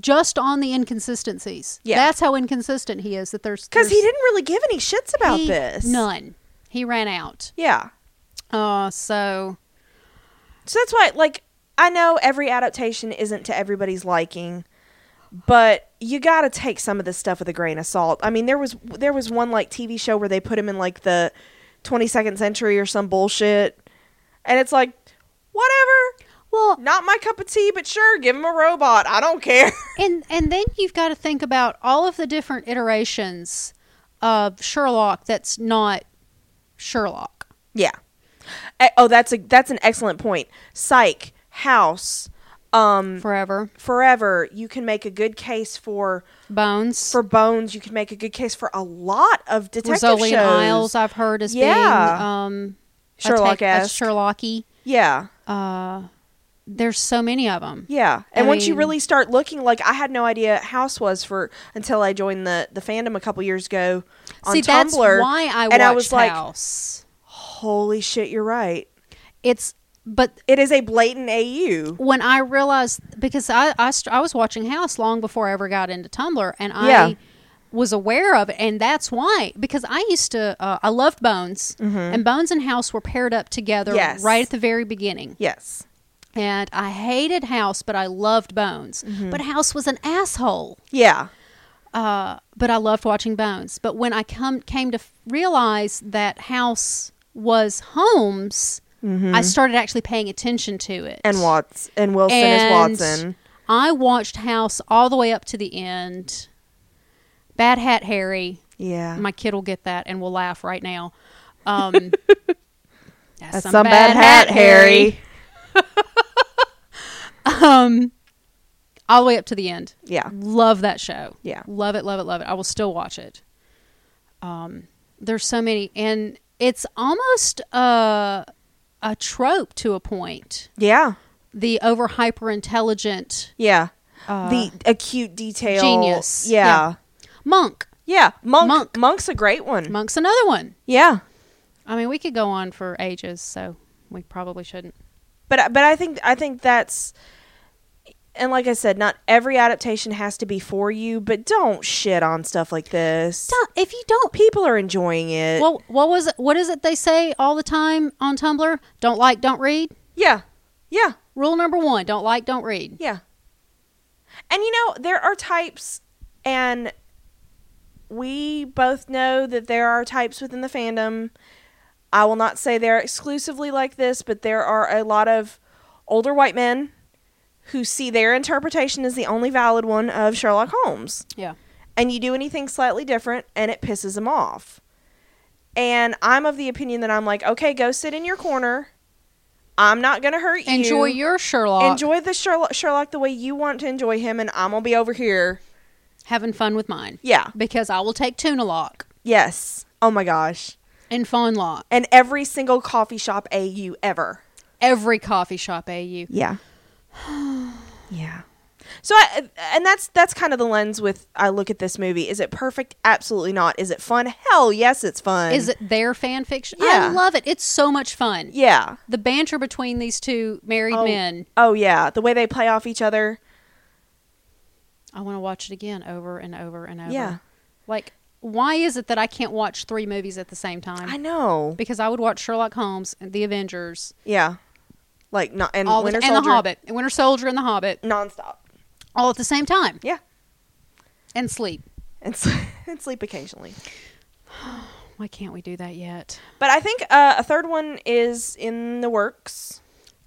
Speaker 2: just on the inconsistencies.
Speaker 1: Yeah.
Speaker 2: that's how inconsistent he is. That there's
Speaker 1: Because he
Speaker 2: there's-
Speaker 1: didn't really give any shits about
Speaker 2: he-
Speaker 1: this.
Speaker 2: None. He ran out.
Speaker 1: Yeah.
Speaker 2: Uh, so
Speaker 1: So that's why, like, I know every adaptation isn't to everybody's liking, but you got to take some of this stuff with a grain of salt. I mean, there was there was one like TV show where they put him in like the 22nd century or some bullshit, and it's like, whatever.
Speaker 2: Well,
Speaker 1: Not my cup of tea, but sure, give him a robot. I don't care.
Speaker 2: and and then you've got to think about all of the different iterations of Sherlock that's not Sherlock.
Speaker 1: Yeah. Eh, Oh, that's a that's an excellent point. Psych, House, um,
Speaker 2: Forever.
Speaker 1: Forever. You can make a good case for
Speaker 2: Bones.
Speaker 1: for Bones. You can make a good case for a lot of detective
Speaker 2: Rizzoli
Speaker 1: shows.
Speaker 2: and Isles I've heard as being
Speaker 1: Yeah.
Speaker 2: um a tech-
Speaker 1: Sherlock
Speaker 2: a
Speaker 1: esque.
Speaker 2: Sherlocky.
Speaker 1: yeah,
Speaker 2: Uh there's so many of them.
Speaker 1: yeah. And
Speaker 2: I
Speaker 1: once you
Speaker 2: mean-
Speaker 1: really start looking, like I had no idea House was for until I joined the the fandom a couple years ago on
Speaker 2: See,
Speaker 1: Tumblr.
Speaker 2: that's why I watched
Speaker 1: and I was like,
Speaker 2: House.
Speaker 1: holy shit, you're right.
Speaker 2: It's but
Speaker 1: It is a blatant AU.
Speaker 2: when I realized because I, I st- I was watching House long before I ever got into Tumblr, and I
Speaker 1: Yeah.
Speaker 2: was aware of it, and that's why because I used to uh, I loved Bones, and Bones and House were paired up together
Speaker 1: Mm-hmm. Yes.
Speaker 2: right at the very beginning,
Speaker 1: Yes.
Speaker 2: and I hated House, but I loved Bones,
Speaker 1: Mm-hmm.
Speaker 2: but House was an asshole.
Speaker 1: Yeah.
Speaker 2: Uh, but I loved watching Bones. But when I come came to f- realize that House was Holmes, I started actually paying attention to it
Speaker 1: Mm-hmm. And Watts and Wilson
Speaker 2: and
Speaker 1: is Watson.
Speaker 2: I watched House all the way up to the end. Bad Hat Harry.
Speaker 1: Yeah.
Speaker 2: My kid will get that and will laugh right now. Um, that's
Speaker 1: That's some bad hat, Harry.
Speaker 2: Um, All the way up to the end.
Speaker 1: Yeah.
Speaker 2: Love that show.
Speaker 1: Yeah.
Speaker 2: Love it, love it, love it. I will still watch it. Um, there's so many. And it's almost a, a trope to a point.
Speaker 1: Yeah.
Speaker 2: The over hyper intelligent
Speaker 1: Yeah.
Speaker 2: Uh,
Speaker 1: the acute detail.
Speaker 2: genius.
Speaker 1: Yeah.
Speaker 2: monk.
Speaker 1: Yeah. Monk,
Speaker 2: Monk.
Speaker 1: Monk's a great one.
Speaker 2: Monk's another one.
Speaker 1: Yeah.
Speaker 2: I mean, we could go on for ages, so we probably shouldn't.
Speaker 1: But I- but I think I think that's and like I said, not every adaptation has to be for you, but don't shit on stuff like this.
Speaker 2: If you don't,
Speaker 1: People are enjoying it.
Speaker 2: well, what was it? What is it they say all the time on Tumblr? Don't like, don't read.
Speaker 1: yeah. Yeah.
Speaker 2: Rule number one: Don't like, don't read.
Speaker 1: Yeah. And you know, there are types, and we both know that there are types within the fandom. I will not say they're exclusively like this, but there are a lot of older white men who see their interpretation as the only valid one of Sherlock Holmes.
Speaker 2: Yeah,
Speaker 1: And you do anything slightly different, and it pisses them off. And I'm of the opinion that I'm like, okay, go sit in your corner. I'm not going to hurt you
Speaker 2: enjoy your Sherlock.
Speaker 1: enjoy the Sherlock, Sherlock the way you want to enjoy him, and I'm gonna be over here.
Speaker 2: having fun with mine
Speaker 1: Yeah.
Speaker 2: because I will take tuna lock
Speaker 1: Yes. Oh my gosh.
Speaker 2: and fawn lock
Speaker 1: And every single coffee shop AU ever.
Speaker 2: every coffee shop AU.
Speaker 1: Yeah. yeah. So I and that's that's kind of the lens with I look at this movie. Is it perfect? Absolutely not. Is it fun? Hell yes, it's fun.
Speaker 2: Is it their fan fiction?
Speaker 1: Yeah.
Speaker 2: I love it. It's so much fun.
Speaker 1: Yeah.
Speaker 2: The banter between these two married
Speaker 1: Oh,
Speaker 2: men.
Speaker 1: oh yeah, the way they play off each other.
Speaker 2: I want to watch it again over and over and over.
Speaker 1: Yeah.
Speaker 2: Like, why is it that I can't watch three movies at the same time?
Speaker 1: I know.
Speaker 2: Because I would watch Sherlock Holmes and The Avengers,
Speaker 1: Yeah. Like not and
Speaker 2: all the,
Speaker 1: Winter
Speaker 2: and The
Speaker 1: Soldier
Speaker 2: Hobbit, and Winter Soldier and The Hobbit,
Speaker 1: nonstop.
Speaker 2: all at the same time,
Speaker 1: Yeah.
Speaker 2: and sleep.
Speaker 1: And, s- and sleep occasionally.
Speaker 2: Why can't we do that yet?
Speaker 1: But I think uh, a third one is in the works.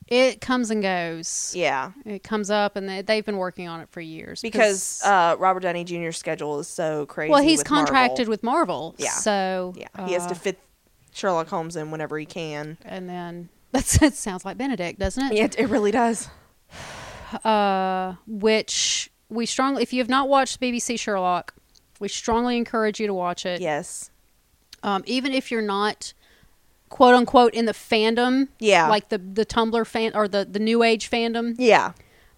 Speaker 2: It comes and goes.
Speaker 1: Yeah,
Speaker 2: It comes up, and they, they've been working on it for years
Speaker 1: because uh, Robert Downey Jr.'s schedule is so crazy.
Speaker 2: well, he's
Speaker 1: with
Speaker 2: contracted
Speaker 1: Marvel.
Speaker 2: with Marvel,
Speaker 1: Yeah.
Speaker 2: So
Speaker 1: Yeah, he has
Speaker 2: uh,
Speaker 1: to fit Sherlock Holmes in whenever he can.
Speaker 2: and then that's it. Sounds like Benedict, doesn't it?
Speaker 1: Yeah, it really does.
Speaker 2: uh, which we strongly, if you have not watched BBC Sherlock, we strongly encourage you to watch it.
Speaker 1: Yes.
Speaker 2: Um, even if you're not quote unquote in the fandom,
Speaker 1: Yeah.
Speaker 2: like the the Tumblr fan or the the New Age fandom.
Speaker 1: Yeah,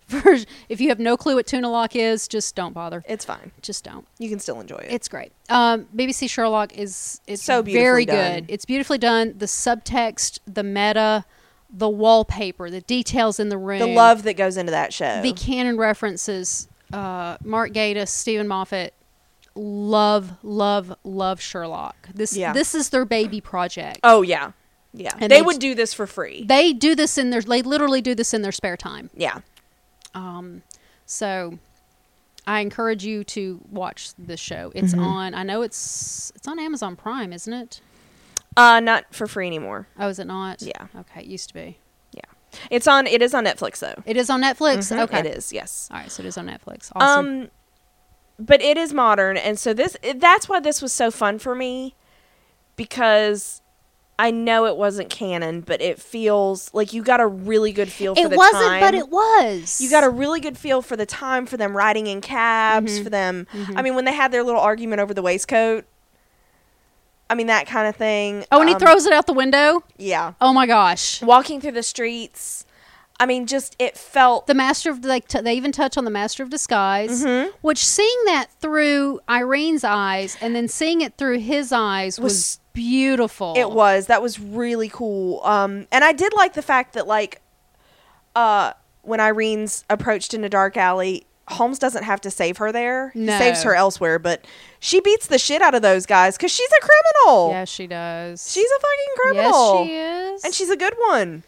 Speaker 2: For, if you have no clue what Tuna Lock is, just don't bother.
Speaker 1: it's fine.
Speaker 2: Just don't.
Speaker 1: You can still enjoy it.
Speaker 2: It's great. Um, BBC Sherlock is it's
Speaker 1: So beautifully
Speaker 2: very
Speaker 1: done.
Speaker 2: good. It's beautifully done. The subtext, the meta, the wallpaper, the details in the room,
Speaker 1: the love that goes into that show.
Speaker 2: the canon references uh, Mark Gatiss, Stephen Moffat, love, love, love Sherlock. This
Speaker 1: Yeah.
Speaker 2: this is their baby project.
Speaker 1: oh yeah, yeah.
Speaker 2: And
Speaker 1: they
Speaker 2: they
Speaker 1: would
Speaker 2: j-
Speaker 1: do this for free.
Speaker 2: They do this in their they literally do this in their spare time.
Speaker 1: yeah.
Speaker 2: Um, so I encourage you to watch this show. It's
Speaker 1: Mm-hmm.
Speaker 2: on. I know it's it's on Amazon Prime, isn't it?
Speaker 1: Uh, not for free anymore.
Speaker 2: Oh, is it not?
Speaker 1: Yeah.
Speaker 2: Okay, it used to be.
Speaker 1: Yeah. It's on. It is on Netflix though.
Speaker 2: It is on Netflix.
Speaker 1: Mhm,
Speaker 2: okay.
Speaker 1: It is. Yes.
Speaker 2: All right, so it is on Netflix. Awesome.
Speaker 1: Um, but it is modern, and so this it- that's why this was so fun for me because I know it wasn't canon, but it feels like you got a really good feel for
Speaker 2: it
Speaker 1: the
Speaker 2: wasn't,
Speaker 1: time.
Speaker 2: but it was.
Speaker 1: you got a really good feel for the time for them riding in cabs
Speaker 2: Mm-hmm.
Speaker 1: for them. I mean, when they had their little argument over the waistcoat. I mean that kind of thing.
Speaker 2: Oh, and he
Speaker 1: Um,
Speaker 2: throws it out the window.
Speaker 1: Yeah,
Speaker 2: Oh my gosh.
Speaker 1: walking through the streets. I mean, just it felt
Speaker 2: The master of like t- they even touch on the master of disguise,
Speaker 1: Mhm.
Speaker 2: which seeing that through Irene's eyes and then seeing it through his eyes was,
Speaker 1: Was-
Speaker 2: beautiful.
Speaker 1: It was. That was really cool. Um, and I did like the fact that like, uh, when Irene's approached in a dark alley, Holmes doesn't have to save her there.
Speaker 2: No.
Speaker 1: He saves her elsewhere, but she beats the shit out of those guys because she's a criminal.
Speaker 2: Yeah, she does.
Speaker 1: She's a fucking
Speaker 2: yes,
Speaker 1: criminal,
Speaker 2: she is.
Speaker 1: and she's a good one,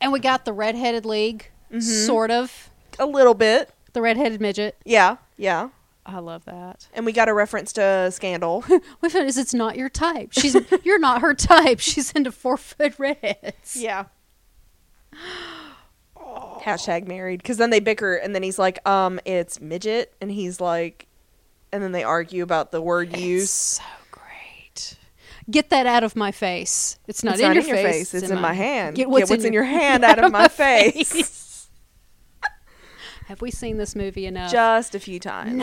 Speaker 2: and we got the redheaded league,
Speaker 1: Mm-hmm.
Speaker 2: sort of
Speaker 1: a little bit.
Speaker 2: the redheaded midget.
Speaker 1: Yeah, yeah.
Speaker 2: I love that.
Speaker 1: And we got a reference to Scandal.
Speaker 2: What if it is? It's not your type. She's you're not her type. She's into four foot redheads.
Speaker 1: yeah. Hashtag married. Because then they bicker, and then he's like, um, it's midget. And he's like, and then they argue about the word
Speaker 2: It's
Speaker 1: use.
Speaker 2: so great. Get that out of my face. It's not,
Speaker 1: It's
Speaker 2: in,
Speaker 1: not
Speaker 2: your
Speaker 1: in your
Speaker 2: face.
Speaker 1: face, it's in my hand.
Speaker 2: Get what's, in, your
Speaker 1: hand out of my face.
Speaker 2: Have we seen this movie enough?
Speaker 1: Just a few times.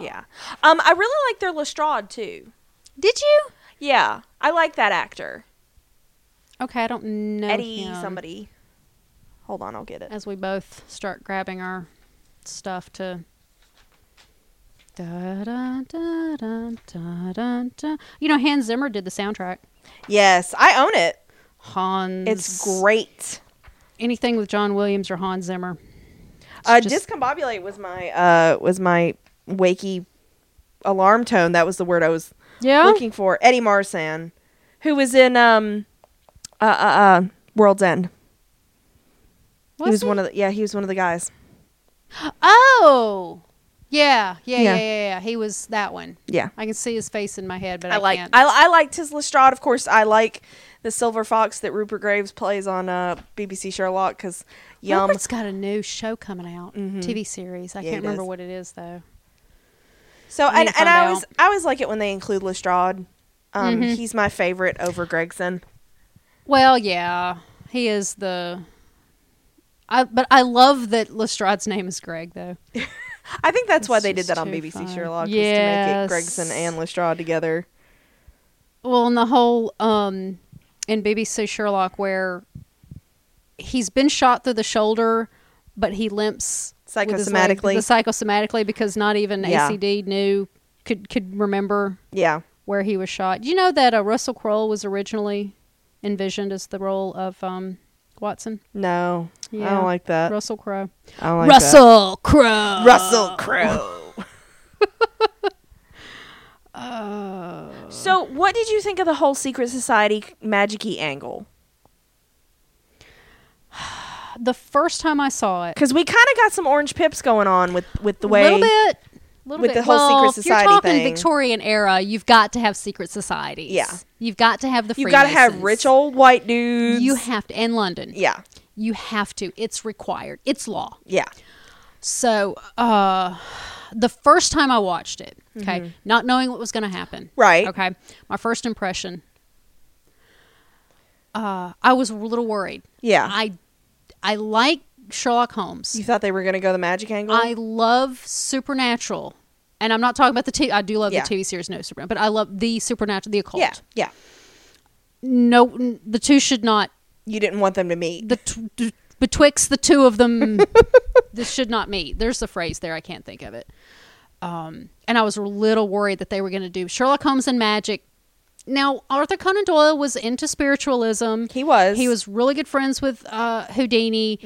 Speaker 1: Yeah. Um, I really like their Lestrade, too.
Speaker 2: Did you?
Speaker 1: Yeah. I like that actor.
Speaker 2: Okay, I don't know.
Speaker 1: Eddie
Speaker 2: him.
Speaker 1: somebody. Hold on, I'll get it.
Speaker 2: As we both start grabbing our stuff to. Da, da, da, da, da, da, da. You know, Hans Zimmer did the soundtrack.
Speaker 1: Yes, I own it.
Speaker 2: Hans.
Speaker 1: It's great.
Speaker 2: Anything with John Williams or Hans Zimmer.
Speaker 1: Uh,
Speaker 2: just-
Speaker 1: discombobulate was my uh was my wakey alarm tone. That was the word I was
Speaker 2: Yeah.
Speaker 1: looking for. Eddie Marsan, who was in um uh uh, uh World's End. he was
Speaker 2: he?
Speaker 1: one of the yeah he was one of the guys.
Speaker 2: Oh, yeah, yeah, yeah,
Speaker 1: Yeah.
Speaker 2: yeah, yeah. He was that one.
Speaker 1: Yeah,
Speaker 2: I can see his face in my head, but I,
Speaker 1: I like
Speaker 2: can't.
Speaker 1: I, I liked his Lestrade. Of course, I like the Silver Fox that Rupert Graves plays on uh BBC Sherlock because yum. Mm-hmm.
Speaker 2: Rupert's got a new show coming out, TV series. I
Speaker 1: Yeah,
Speaker 2: can't
Speaker 1: he
Speaker 2: remember
Speaker 1: does.
Speaker 2: what it is though.
Speaker 1: So
Speaker 2: I need
Speaker 1: and
Speaker 2: to
Speaker 1: and
Speaker 2: find
Speaker 1: I
Speaker 2: out.
Speaker 1: always I always like it when they include Lestrade. Um,
Speaker 2: Mhm.
Speaker 1: he's my favorite over Gregson.
Speaker 2: Well, yeah, he is the. I but I love that Lestrade's name is Greg though.
Speaker 1: I think that's why
Speaker 2: It's
Speaker 1: they did
Speaker 2: just
Speaker 1: that on
Speaker 2: too
Speaker 1: BBC
Speaker 2: fun.
Speaker 1: Sherlock was to make
Speaker 2: Yes.
Speaker 1: it Gregson and Lestrade together.
Speaker 2: Well, and the whole um, in BBC Sherlock where he's been shot through the shoulder, but he limps with his leg-
Speaker 1: Psychosomatically.
Speaker 2: the psychosomatically because not even
Speaker 1: Yeah.
Speaker 2: ACD knew could could remember
Speaker 1: Yeah.
Speaker 2: where he was shot. Do you know that uh, Russell Crowe was originally envisioned as the role of um, Watson?
Speaker 1: No. I
Speaker 2: Yeah.
Speaker 1: don't like that.
Speaker 2: Russell Crowe.
Speaker 1: I don't Uh, like
Speaker 2: Russell Crowe.
Speaker 1: That. Russell Crowe.
Speaker 2: Oh.
Speaker 1: So, what did you think of the whole secret society magicy angle?
Speaker 2: The first time I saw it,
Speaker 1: Because we kind of got some orange pips going on with with the way.
Speaker 2: a little bit. Little
Speaker 1: with
Speaker 2: bit.
Speaker 1: the whole
Speaker 2: well,
Speaker 1: secret
Speaker 2: if you're
Speaker 1: society
Speaker 2: talking
Speaker 1: thing.
Speaker 2: Victorian era, you've got to have secret societies.
Speaker 1: Yeah.
Speaker 2: you've got to have the.
Speaker 1: you got to have
Speaker 2: Freemasons.
Speaker 1: rich old white dudes.
Speaker 2: You have to, and London.
Speaker 1: yeah,
Speaker 2: You have to. It's required. It's law.
Speaker 1: yeah,
Speaker 2: So, uh, the first time I watched it, okay, not knowing what was going to happen,
Speaker 1: Mm-hmm. Right.
Speaker 2: Okay, my first impression, uh, I was a little worried.
Speaker 1: yeah.
Speaker 2: I, I like Sherlock Holmes.
Speaker 1: you thought they were going to go the magic angle?
Speaker 2: I love Supernatural, and I'm not talking about the TV. I do love
Speaker 1: Yeah.
Speaker 2: the TV series, no Supernatural, but I love the Supernatural, the occult.
Speaker 1: yeah, yeah.
Speaker 2: No, n- the two should not
Speaker 1: You didn't want them to meet.
Speaker 2: the t- t- betwixt the two of them this should not meet there's a phrase there i can't think of it um, and i was a little worried that they were going to do sherlock holmes and magic now arthur conan doyle was into spiritualism
Speaker 1: He was.
Speaker 2: he was really good friends with uh, houdini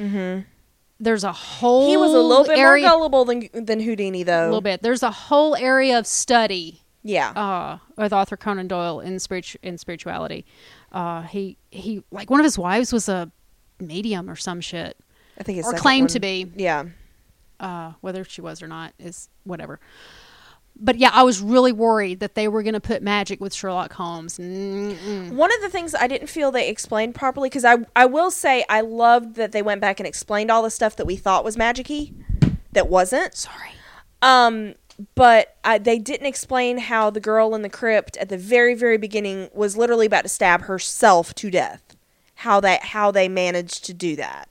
Speaker 2: there's a whole
Speaker 1: Mm-hmm. He was a little bit
Speaker 2: area,
Speaker 1: more gullible than than Houdini, though.
Speaker 2: a little bit there's a whole area of study
Speaker 1: Yeah.
Speaker 2: uh, with Arthur Conan Doyle in spiritu- in spirituality. Uh, he he like one of his wives was a medium or some shit,
Speaker 1: I think it's
Speaker 2: or claimed to be.
Speaker 1: Yeah.
Speaker 2: Uh, whether she was or not is whatever. But yeah, I was really worried that they were going to put magic with Sherlock Holmes. Mm-mm.
Speaker 1: One of the things I didn't feel they explained properly because I I will say I loved that they went back and explained all the stuff that we thought was magicy that wasn't.
Speaker 2: Sorry.
Speaker 1: Um, but I, they didn't explain how the girl in the crypt at the very very beginning was literally about to stab herself to death. How that how they managed to do that.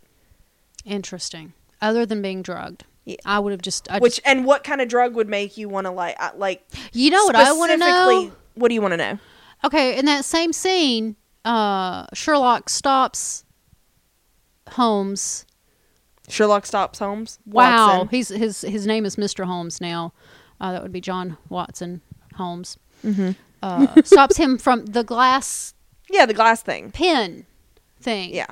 Speaker 2: Interesting. Other than being drugged,
Speaker 1: Yeah.
Speaker 2: I would have just. I
Speaker 1: Which and what kind of drug would make you want to like I- like
Speaker 2: just, you know what I want to know.
Speaker 1: specifically- What do you want to know?
Speaker 2: Okay, in that same scene, uh, Sherlock stops Holmes.
Speaker 1: Sherlock stops Holmes.
Speaker 2: Wow,
Speaker 1: Watson.
Speaker 2: he's his his name is Mr. Holmes now. Uh, that would be John Watson Holmes. Mm-hmm. Uh, stops him from the glass
Speaker 1: Yeah, the glass thing.
Speaker 2: pin thing.
Speaker 1: Yeah.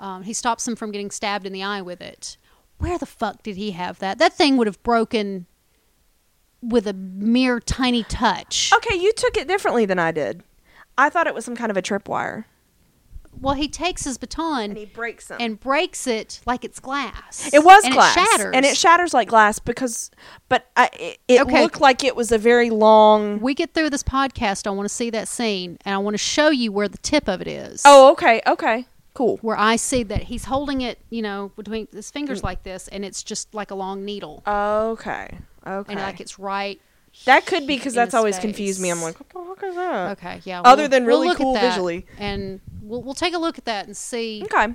Speaker 2: Um, he stops him from getting stabbed in the eye with it. Where the fuck did he have that? That thing would have broken with a mere tiny touch.
Speaker 1: Okay, you took it differently than I did. I thought it was some kind of a tripwire.
Speaker 2: Well, he takes his baton
Speaker 1: And he breaks them.
Speaker 2: and breaks it like it's glass.
Speaker 1: it was
Speaker 2: and
Speaker 1: glass.
Speaker 2: It shatters.
Speaker 1: And it shatters like glass because, but I, it, it
Speaker 2: Okay.
Speaker 1: looked like it was a very long.
Speaker 2: we get through this podcast, I want to see that scene, and I want to show you where the tip of it is.
Speaker 1: Oh, okay, okay. Cool.
Speaker 2: where I see that he's holding it, you know, between his fingers
Speaker 1: Mm.
Speaker 2: like this, and it's just like a long needle,
Speaker 1: Okay, okay.
Speaker 2: and like it's right.
Speaker 1: that could be because
Speaker 2: in
Speaker 1: that's
Speaker 2: his
Speaker 1: always
Speaker 2: face.
Speaker 1: confused me. I'm like, what the fuck is that?
Speaker 2: Okay, yeah.
Speaker 1: Other than really
Speaker 2: look at
Speaker 1: cool
Speaker 2: that,
Speaker 1: visually.
Speaker 2: and we'll we'll take a look at that and see.
Speaker 1: Okay.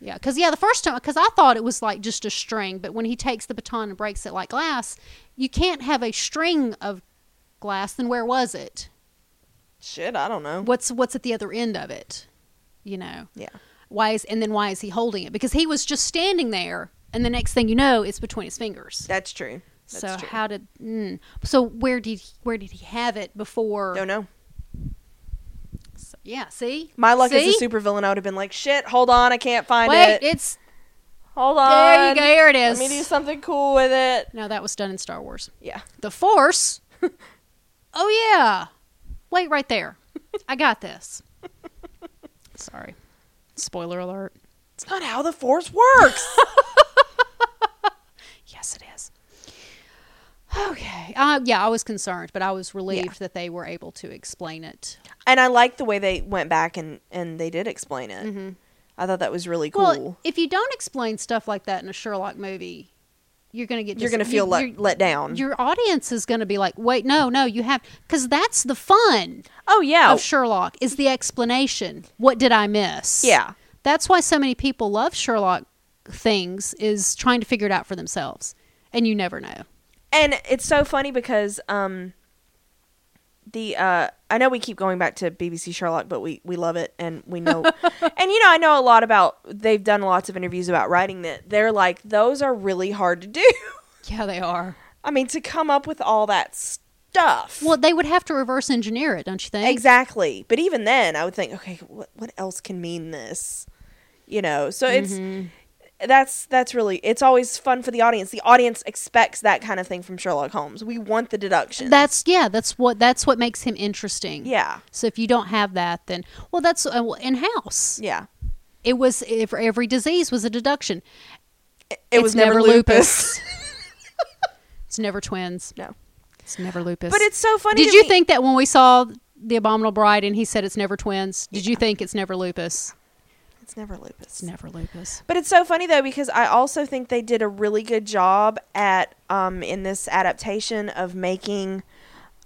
Speaker 2: Yeah, because yeah, the first time, because I thought it was like just a string, but when he takes the baton and breaks it like glass, you can't have a string of glass. Then where was it?
Speaker 1: Shit, I don't know.
Speaker 2: What's what's at the other end of it? You know.
Speaker 1: Yeah.
Speaker 2: Why is and then why is he holding it? Because he was just standing there, and the next thing you know, it's between his fingers.
Speaker 1: That's true. That's
Speaker 2: so
Speaker 1: true.
Speaker 2: how did? Mm, so where did he- where did he have it before?
Speaker 1: Don't know.
Speaker 2: So- yeah. See.
Speaker 1: My luck
Speaker 2: See?
Speaker 1: as a supervillain, I would have been like, shit, hold on, I can't find
Speaker 2: Wait,
Speaker 1: it.
Speaker 2: it's
Speaker 1: Hold on.
Speaker 2: there. You go. Here it is.
Speaker 1: Let me do something cool with it.
Speaker 2: No, that was done in Star Wars.
Speaker 1: Yeah.
Speaker 2: The Force? oh, yeah. Wait right there. I got this. Sorry. Spoiler alert.
Speaker 1: It's not how the force works.
Speaker 2: Yes, it is. Okay. Uh, yeah, I was concerned, but I was relieved that they were able to explain it.
Speaker 1: and I like the way they went back and, and they did explain it. I thought that was really cool.
Speaker 2: Well, if you don't explain stuff like that in a Sherlock movie, you're going to get
Speaker 1: you're
Speaker 2: dis-
Speaker 1: going to feel
Speaker 2: you-
Speaker 1: let,
Speaker 2: your-
Speaker 1: let down.
Speaker 2: Your audience is going to be like, wait, no, no, you have, because that's the fun.
Speaker 1: Oh, yeah.
Speaker 2: of Sherlock is the explanation. What did I miss?
Speaker 1: Yeah.
Speaker 2: That's why so many people love Sherlock things is trying to figure it out for themselves. And you never know.
Speaker 1: and it's so funny because um, the uh, I know we keep going back to BBC Sherlock, but we, we love it and we know. and, you know, I know a lot about, they've done lots of interviews about writing that. They're like, those are really hard to do.
Speaker 2: Yeah, they are.
Speaker 1: I mean, to come up with all that stuff.
Speaker 2: Well, they would have to reverse engineer it, don't you
Speaker 1: Mm-hmm.
Speaker 2: think?
Speaker 1: Exactly. But even then, I would think, okay, what what else can mean this? You know. So it's that's that's really it's always fun for the audience. The audience expects that kind of thing from Sherlock Holmes. We want the deduction.
Speaker 2: That's yeah, that's what that's what makes him interesting.
Speaker 1: yeah.
Speaker 2: So if you don't have that, then well, that's uh, in house.
Speaker 1: Yeah.
Speaker 2: It was if every disease was a deduction.
Speaker 1: It, it
Speaker 2: It's
Speaker 1: was never, lupus.
Speaker 2: it's never twins.
Speaker 1: no.
Speaker 2: It's never lupus.
Speaker 1: But it's so funny.
Speaker 2: Did
Speaker 1: to
Speaker 2: you
Speaker 1: me-
Speaker 2: think that when we saw the Abominable Bride and he said it's never twins? Did you think it's never lupus?
Speaker 1: it's never lupus?
Speaker 2: It's never lupus.
Speaker 1: But it's so funny though because I also think they did a really good job at um, in this adaptation of making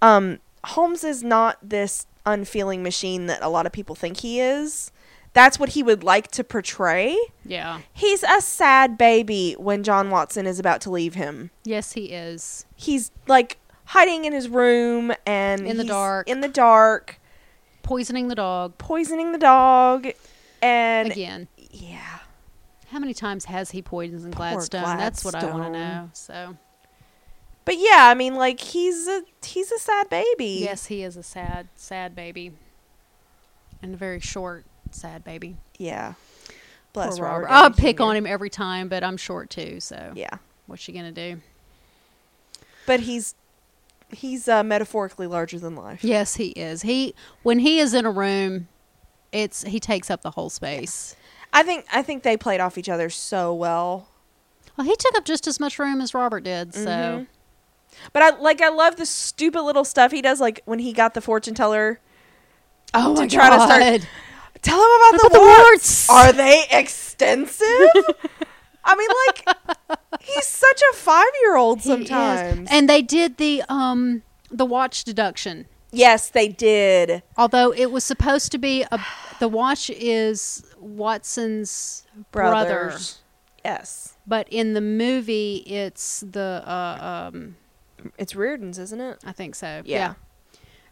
Speaker 1: um, Holmes is not this unfeeling machine that a lot of people think he is. That's what he would like to portray.
Speaker 2: Yeah.
Speaker 1: He's a sad baby when John Watson is about to leave him.
Speaker 2: Yes, he is.
Speaker 1: He's like hiding in his room and
Speaker 2: In the
Speaker 1: he's
Speaker 2: dark.
Speaker 1: in the dark,
Speaker 2: Poisoning the dog
Speaker 1: poisoning the dog, and
Speaker 2: again.
Speaker 1: yeah,
Speaker 2: How many times has he poisoned Gladstone? That's what I want to
Speaker 1: Gladstone.
Speaker 2: know. So,
Speaker 1: but yeah, I mean, like he's a he's a sad baby.
Speaker 2: yes, he is a sad, sad baby. And a very short, sad baby.
Speaker 1: Yeah.
Speaker 2: Poor
Speaker 1: Bless
Speaker 2: Robert.
Speaker 1: Robert.
Speaker 2: I'll
Speaker 1: Downey
Speaker 2: pick
Speaker 1: Jr..
Speaker 2: on him every time, but I'm short too. So,
Speaker 1: Yeah.
Speaker 2: what's she going to do?
Speaker 1: But he's he's uh, metaphorically larger than life.
Speaker 2: Yes, he is. He when he is in a room, it's he takes up the whole space.
Speaker 1: I think I think they played off each other so well.
Speaker 2: Well, he took up just as much room as Robert did, so
Speaker 1: Mhm. But I like I love the stupid little stuff he does, like when he got the fortune teller.
Speaker 2: Oh my
Speaker 1: try to start-
Speaker 2: God.
Speaker 1: Tell him about,
Speaker 2: What
Speaker 1: the,
Speaker 2: about the warts?
Speaker 1: warts. Are they extensive? I mean, like he's such a five-year-old
Speaker 2: He is.
Speaker 1: sometimes.
Speaker 2: And they did the um the watch deduction.
Speaker 1: yes, they did.
Speaker 2: Although it was supposed to be a the watch is Watson's brother,
Speaker 1: Brothers. Yes,
Speaker 2: but in the movie it's the uh, um
Speaker 1: it's Reardon's, isn't it?
Speaker 2: I think so. Yeah.
Speaker 1: Yeah.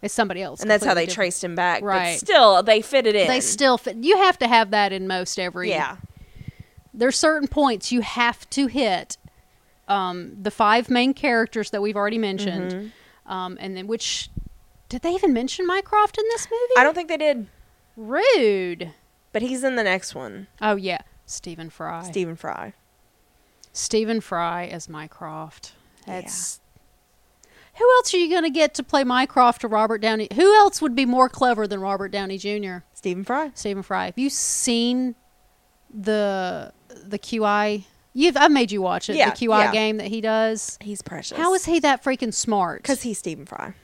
Speaker 2: It's somebody else.
Speaker 1: and that's how they
Speaker 2: completely
Speaker 1: traced him back. But
Speaker 2: Right.
Speaker 1: still, they fit it in.
Speaker 2: different. They still fit. You have to have that in most every.
Speaker 1: Yeah.
Speaker 2: There's certain points you have to hit. Um, the five main characters that we've already mentioned,
Speaker 1: Mm-hmm.
Speaker 2: um, and then which did they even mention Mycroft in this movie?
Speaker 1: I don't think they did,
Speaker 2: Rude.
Speaker 1: but he's in the next one.
Speaker 2: Oh yeah, Stephen Fry.
Speaker 1: Stephen Fry.
Speaker 2: Stephen Fry as Mycroft.
Speaker 1: Yeah.
Speaker 2: That's who else are you going to get to play Mycroft or Robert Downey? Who else would be more clever than Robert Downey Jr.?
Speaker 1: Stephen Fry.
Speaker 2: Stephen Fry. Have you seen the the QI? You've I've made you watch it.
Speaker 1: Yeah,
Speaker 2: the QI
Speaker 1: yeah.
Speaker 2: game that he does.
Speaker 1: He's precious.
Speaker 2: How is he that freaking smart?
Speaker 1: Because he's Stephen Fry.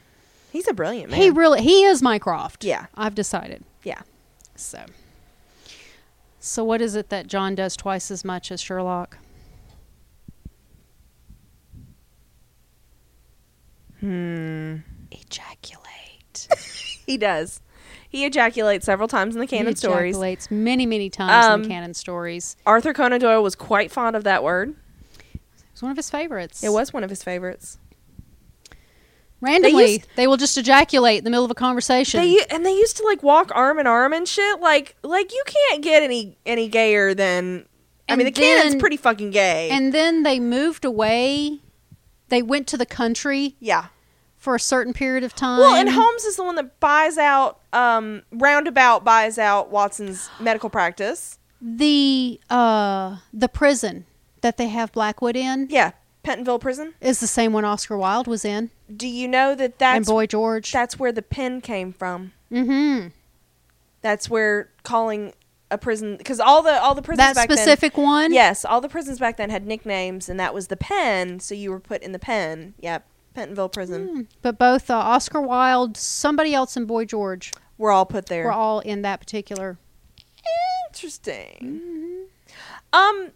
Speaker 1: He's a brilliant man.
Speaker 2: he really he is Mycroft.
Speaker 1: Yeah.
Speaker 2: I've decided.
Speaker 1: yeah.
Speaker 2: So. So what is it that John does twice as much as Sherlock?
Speaker 1: Hmm.
Speaker 2: Ejaculate.
Speaker 1: He does. He ejaculates several times in the canon
Speaker 2: he
Speaker 1: stories.
Speaker 2: ejaculates many, many times in the
Speaker 1: Um,
Speaker 2: canon stories.
Speaker 1: Arthur Conan Doyle was quite fond of that word.
Speaker 2: It's one of his favorites.
Speaker 1: It was one of his favorites.
Speaker 2: randomly. They,
Speaker 1: They used-
Speaker 2: will just ejaculate in the middle of a conversation.
Speaker 1: They u- and they used to like walk arm in arm and shit. Like like you can't get any any gayer than. I
Speaker 2: And
Speaker 1: mean, the
Speaker 2: then-
Speaker 1: canon's pretty fucking gay.
Speaker 2: and then they moved away. They went to the country
Speaker 1: yeah.
Speaker 2: for a certain period of time.
Speaker 1: Well, and Holmes is the one that buys out, um, roundabout buys out Watson's medical practice.
Speaker 2: the uh, the prison that they have Blackwood in
Speaker 1: Yeah, Pentonville Prison.
Speaker 2: is the same one Oscar Wilde was in,
Speaker 1: Do you know that
Speaker 2: and
Speaker 1: that's
Speaker 2: Boy George.
Speaker 1: that's where the pen came from?
Speaker 2: mm-hmm.
Speaker 1: That's where calling a prison because all the all the prisons
Speaker 2: That
Speaker 1: back
Speaker 2: specific one.
Speaker 1: Then, yes, all the prisons back then had nicknames, and that was the pen. So you were put in the pen. Yeah, Pentonville Prison.
Speaker 2: Mm. But both uh, Oscar Wilde, somebody else, and Boy George
Speaker 1: We're all put there.
Speaker 2: were all in that particular.
Speaker 1: Interesting.
Speaker 2: Mm-hmm.
Speaker 1: Um,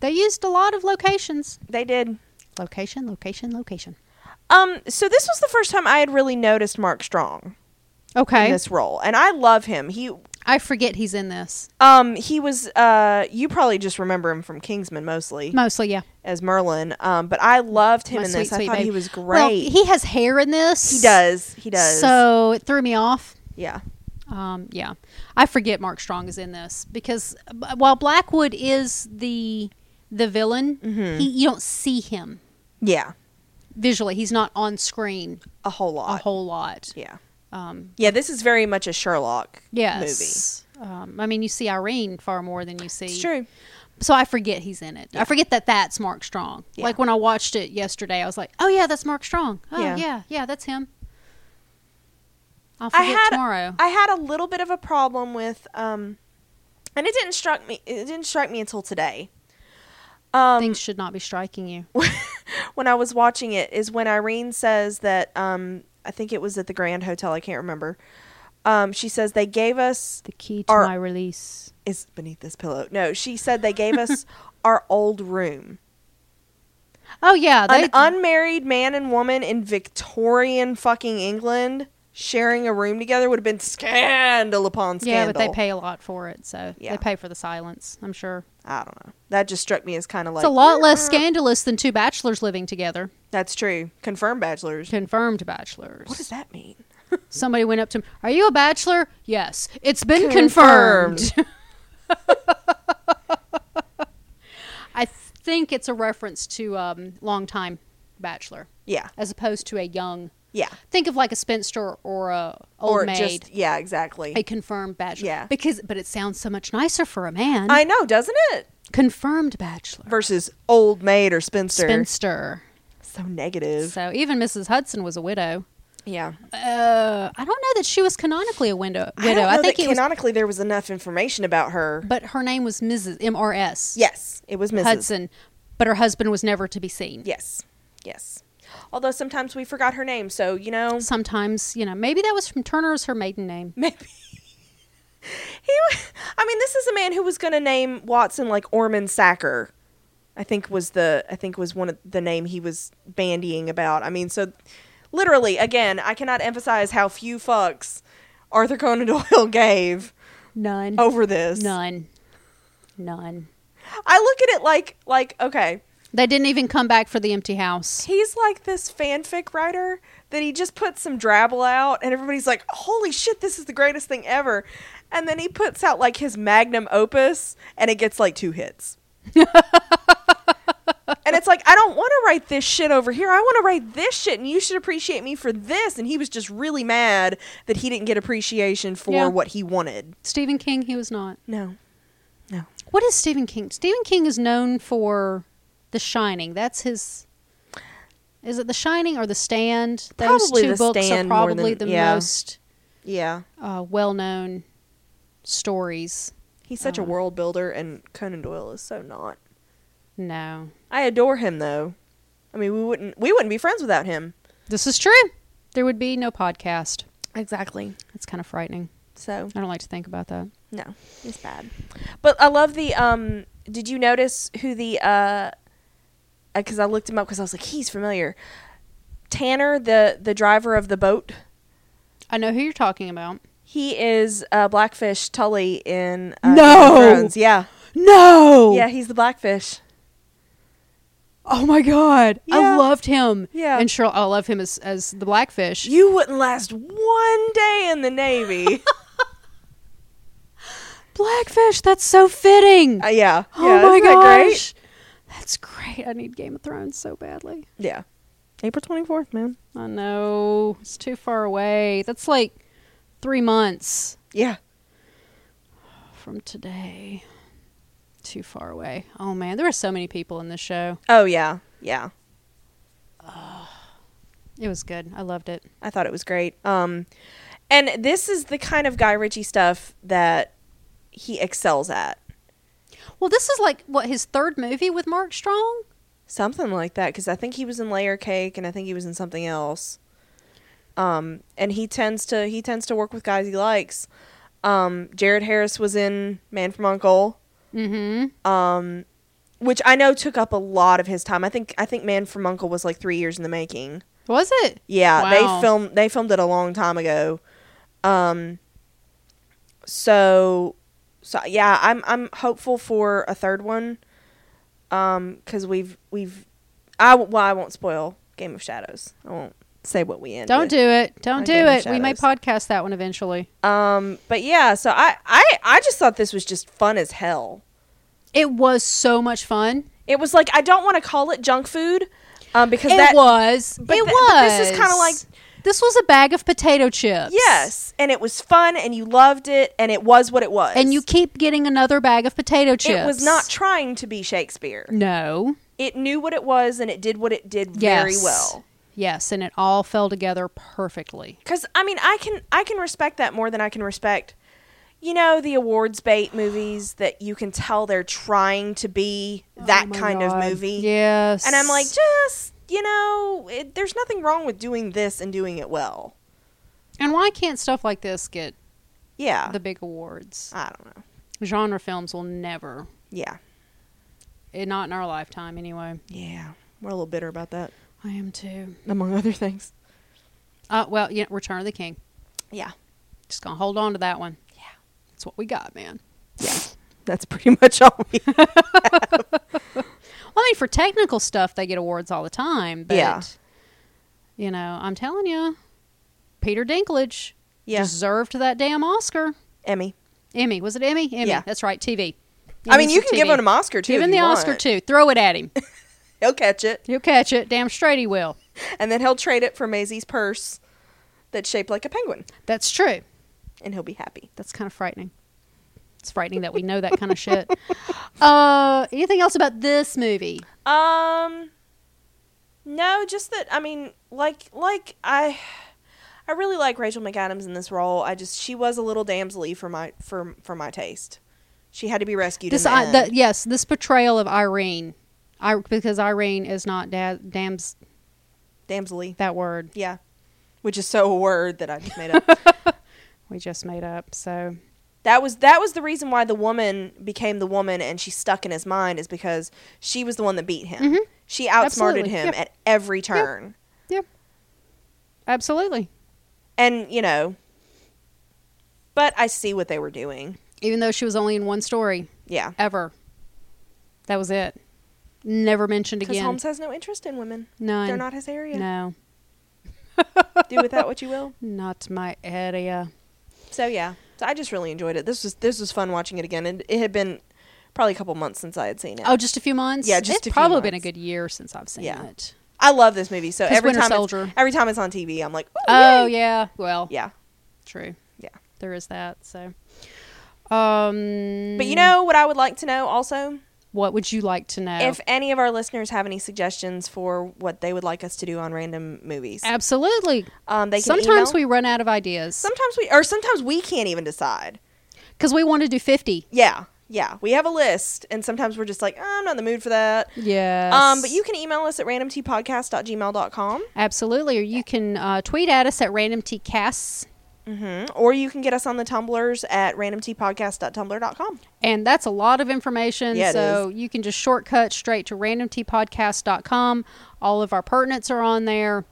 Speaker 2: They used a lot of locations.
Speaker 1: they did.
Speaker 2: Location, location, location.
Speaker 1: Um, so this was the first time I had really noticed Mark Strong.
Speaker 2: Okay,
Speaker 1: in this role, and I love him. He
Speaker 2: I forget he's in this
Speaker 1: um he was uh you probably just remember him from Kingsman mostly
Speaker 2: mostly. Yeah,
Speaker 1: as Merlin. Um, but I loved him
Speaker 2: My
Speaker 1: in
Speaker 2: sweet,
Speaker 1: this. I
Speaker 2: sweet
Speaker 1: thought
Speaker 2: babe.
Speaker 1: he was great.
Speaker 2: Well,
Speaker 1: he,
Speaker 2: he has hair in this.
Speaker 1: does. He does.
Speaker 2: So it threw me off.
Speaker 1: yeah,
Speaker 2: Um, yeah, I forget Mark Strong is in this because b- while Blackwood is the the villain,
Speaker 1: Mm-hmm.
Speaker 2: he, you don't see him
Speaker 1: yeah,
Speaker 2: visually. He's not on screen
Speaker 1: a whole
Speaker 2: a
Speaker 1: lot.
Speaker 2: whole lot.
Speaker 1: yeah,
Speaker 2: Um,
Speaker 1: yeah. This is very much a Sherlock
Speaker 2: yes. Um, I mean, you see Irene far more than you see.
Speaker 1: movie. It's true.
Speaker 2: So I forget he's in it. I forget that that's Mark Strong.
Speaker 1: Yeah.
Speaker 2: Like when I watched it yesterday, I was like, "Oh yeah, that's Mark Strong. Oh yeah,
Speaker 1: Yeah.
Speaker 2: yeah, that's him." I'll
Speaker 1: I
Speaker 2: forget
Speaker 1: had-
Speaker 2: tomorrow.
Speaker 1: I had a little bit of a problem with um, and it didn't struck me. It didn't strike me until today. Um,
Speaker 2: Things should not be striking you.
Speaker 1: when I was watching it is when Irene says that um, I think it was at the Grand Hotel. I can't remember. Um, she says they gave us
Speaker 2: The key to
Speaker 1: Or-
Speaker 2: my release.
Speaker 1: is beneath this pillow. No, she said they gave us our old room.
Speaker 2: Oh yeah, they,
Speaker 1: An unmarried man and woman in Victorian fucking England sharing a room together would have been scandal upon
Speaker 2: yeah,
Speaker 1: scandal.
Speaker 2: but they pay a lot for it, so
Speaker 1: Yeah.
Speaker 2: they pay for the silence. I'm sure
Speaker 1: I don't know. That just struck me as kind of like
Speaker 2: it's a lot less
Speaker 1: "Uh-uh."
Speaker 2: scandalous than two bachelors living together.
Speaker 1: That's true. Confirmed bachelors.
Speaker 2: Confirmed bachelors.
Speaker 1: What does that mean?
Speaker 2: Somebody went up to him. Are you a bachelor? Yes. It's been confirmed. I think it's a reference to um, long time bachelor
Speaker 1: Yeah.
Speaker 2: as opposed to a young.
Speaker 1: Yeah.
Speaker 2: Think of like a spinster or a old
Speaker 1: or
Speaker 2: maid.
Speaker 1: just yeah, exactly.
Speaker 2: a confirmed bachelor.
Speaker 1: Yeah.
Speaker 2: Because but it sounds so much nicer for a man.
Speaker 1: I know, doesn't it?
Speaker 2: confirmed bachelor.
Speaker 1: Versus old maid or spinster.
Speaker 2: Spinster.
Speaker 1: so negative.
Speaker 2: So even Mrs. Hudson was a widow.
Speaker 1: Yeah.
Speaker 2: Uh, I don't know that she was canonically a window, widow.
Speaker 1: I, don't know
Speaker 2: think
Speaker 1: that
Speaker 2: it was,
Speaker 1: canonically there was enough information about her.
Speaker 2: but her name was Mrs. M.R.S.
Speaker 1: Yes, it was Mrs.
Speaker 2: Hudson, but her husband was never to be seen.
Speaker 1: Yes, yes. Although sometimes we forgot her name, so you know,
Speaker 2: Sometimes, you know, maybe that was from Turner's her maiden name.
Speaker 1: maybe he. wa- I mean, this is a man who was going to name Watson like Orman Sacker. I think was the I think was one of the name he was bandying about. I mean, so literally, again, I cannot emphasize how few fucks Arthur Conan Doyle gave
Speaker 2: None.
Speaker 1: over this.
Speaker 2: None. None.
Speaker 1: I look at it like like okay.
Speaker 2: They didn't even come back for the empty house.
Speaker 1: He's like this fanfic writer that he just puts some drabble out, and everybody's like, "Holy shit, this is the greatest thing ever!" And then he puts out like his magnum opus, and it gets like two hits. and it's like, I don't want to write this shit over here. I want to write this shit, and you should appreciate me for this. And he was just really mad that he didn't get appreciation for
Speaker 2: Yeah.
Speaker 1: what he wanted.
Speaker 2: Stephen King, he was not.
Speaker 1: No, no.
Speaker 2: What is Stephen King? Stephen King is known for The Shining. That's his. Is it The Shining or The Stand? Those
Speaker 1: Probably
Speaker 2: two
Speaker 1: The
Speaker 2: books
Speaker 1: Stand
Speaker 2: are
Speaker 1: more
Speaker 2: probably
Speaker 1: than-
Speaker 2: the
Speaker 1: yeah.
Speaker 2: most
Speaker 1: Yeah.
Speaker 2: uh, well-known stories.
Speaker 1: He's such a
Speaker 2: Uh.
Speaker 1: world builder, and Conan Doyle is so not.
Speaker 2: No,
Speaker 1: I adore him though. I mean, we wouldn't we wouldn't be friends without him.
Speaker 2: this is true. There would be no podcast.
Speaker 1: Exactly.
Speaker 2: That's kind of frightening.
Speaker 1: So
Speaker 2: I don't like to think about that.
Speaker 1: no, it's bad. But I love the um. Did you notice who the uh? Because I looked him up because I was like, he's familiar. Tanner, the the driver of the boat,
Speaker 2: I know who you're talking about.
Speaker 1: he is uh, Blackfish Tully in uh, Game of
Speaker 2: No!
Speaker 1: Thrones. Yeah,
Speaker 2: No.
Speaker 1: yeah, he's the Blackfish.
Speaker 2: Oh my God.
Speaker 1: Yeah.
Speaker 2: I loved him.
Speaker 1: Yeah.
Speaker 2: And Cheryl, I love him as as the Blackfish.
Speaker 1: You wouldn't last one day in the navy.
Speaker 2: Blackfish. That's so fitting.
Speaker 1: uh, yeah.
Speaker 2: Oh
Speaker 1: yeah,
Speaker 2: my
Speaker 1: isn't that great?
Speaker 2: gosh. That's great. I need Game of Thrones so badly.
Speaker 1: Yeah. April twenty fourth, man.
Speaker 2: I know. It's too far away. That's like three months
Speaker 1: Yeah.
Speaker 2: from today. Too far away. Oh man, there are so many people in this show.
Speaker 1: Oh yeah. Yeah.
Speaker 2: It was good. I loved it.
Speaker 1: I thought it was great. Um, and this is the kind of Guy Ritchie stuff that he excels at.
Speaker 2: Well, this is like what his third movie with Mark Strong.
Speaker 1: Something like that, because I think he was in Layer Cake, and I think he was in something else. Um, and he tends to he tends to work with guys he likes. Um, Jared Harris was in Man from Uncle,
Speaker 2: Mm-hmm.
Speaker 1: which I know took up a lot of his time. I think I think Man from Uncle was like three years in the making.
Speaker 2: Was it?
Speaker 1: Yeah,
Speaker 2: Wow.
Speaker 1: they filmed they filmed it a long time ago. Um so so yeah, I'm I'm hopeful for a third one. Um cuz we've we've I w- well I won't spoil Game of Shadows. I won't say what we end.
Speaker 2: Don't do it. Don't
Speaker 1: I
Speaker 2: do
Speaker 1: gave him
Speaker 2: it. We may
Speaker 1: shadows. Um, um,
Speaker 2: Oh
Speaker 1: Ah.
Speaker 2: eh, Uh, Uh,
Speaker 1: Um,
Speaker 2: uh,
Speaker 1: Damselly.
Speaker 2: That word
Speaker 1: Yeah. Which is so a word that I just made up.
Speaker 2: we just made up. So
Speaker 1: That was that was the reason why the woman became the woman and she stuck in his mind is because she was the one that beat him. She outsmarted
Speaker 2: Mm-hmm. Absolutely,
Speaker 1: him
Speaker 2: yeah.
Speaker 1: at every turn.
Speaker 2: absolutely.
Speaker 1: And, you know, but I see what they were doing.
Speaker 2: Even though she was only in one story
Speaker 1: Yeah.
Speaker 2: ever, that was it. Never mentioned
Speaker 1: Because
Speaker 2: again.
Speaker 1: Holmes has no interest in women.
Speaker 2: None.
Speaker 1: They're not his area.
Speaker 2: No,
Speaker 1: Do with that what you will.
Speaker 2: not my area.
Speaker 1: So yeah. So I just really enjoyed it. This was this was fun watching it again. And it had been probably a couple months since I had seen it.
Speaker 2: Oh, just a few months.
Speaker 1: Yeah, just
Speaker 2: it's
Speaker 1: a few
Speaker 2: probably been a
Speaker 1: months.
Speaker 2: good year since I've seen
Speaker 1: Yeah.
Speaker 2: it.
Speaker 1: I love this movie. So
Speaker 2: 'Cause
Speaker 1: every
Speaker 2: Winter
Speaker 1: time
Speaker 2: Soldier.
Speaker 1: It's, every time it's on TV, I'm like, Ooh,
Speaker 2: Oh
Speaker 1: yay.
Speaker 2: yeah. Well,
Speaker 1: yeah.
Speaker 2: true.
Speaker 1: Yeah.
Speaker 2: There is that. So, um,
Speaker 1: But you know what I would like to know also?
Speaker 2: what would you like to know?
Speaker 1: If any of our listeners have any suggestions for what they would like us to do on random movies.
Speaker 2: Oh. Absolutely.
Speaker 1: Um they can
Speaker 2: Sometimes
Speaker 1: email-
Speaker 2: we run out of ideas
Speaker 1: sometimes we or sometimes we can't even decide.
Speaker 2: because we want to do fifty.
Speaker 1: Yeah, yeah. We have a list, and sometimes we're just like, "Oh, I'm not in the mood for that.
Speaker 2: Yes.
Speaker 1: Um, but you can email us at randomtpodcast.gmail.com,
Speaker 2: absolutely, or you can uh, tweet at us at randomtcasts,
Speaker 1: mm-hmm. or you can get us on the tumblers at randomtpodcast.tumblr.com.
Speaker 2: and that's a lot of information.
Speaker 1: Yeah, it
Speaker 2: so you can just shortcut straight to randomtpodcast.com. All of our pertinents are on there.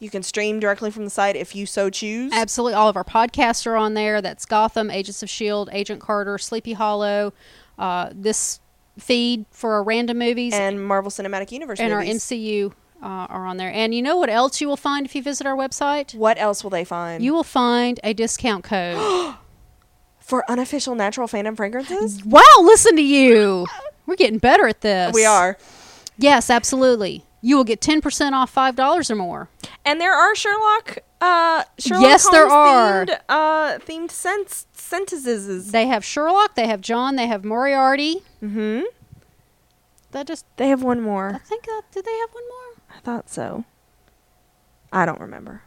Speaker 1: You can stream directly from the site if you so choose.
Speaker 2: Absolutely, all of our podcasts are on there. That's Gotham, Agents of Shield, E Agent Carter, Sleepy Hollow. Uh, this feed for our random movies
Speaker 1: and Marvel Cinematic Universe
Speaker 2: and our
Speaker 1: movies.
Speaker 2: MCU uh, are on there. And you know what else you will find if you visit our website?
Speaker 1: what else will they find?
Speaker 2: You will find a discount code.
Speaker 1: for unofficial natural phantom fragrances?
Speaker 2: wow, listen to you. We're getting better at this.
Speaker 1: we are.
Speaker 2: Yes, absolutely. You will get 10% off $5 or more.
Speaker 1: And there are Sherlock uh Sherlock
Speaker 2: Yes, there
Speaker 1: Holmes themed, uh themed scents sentences.
Speaker 2: They have Sherlock, they have John, they have Moriarty.
Speaker 1: Mhm.
Speaker 2: That just,
Speaker 1: They have one
Speaker 2: I
Speaker 1: more.
Speaker 2: think, uh, did they have one more?
Speaker 1: I thought so. I don't remember.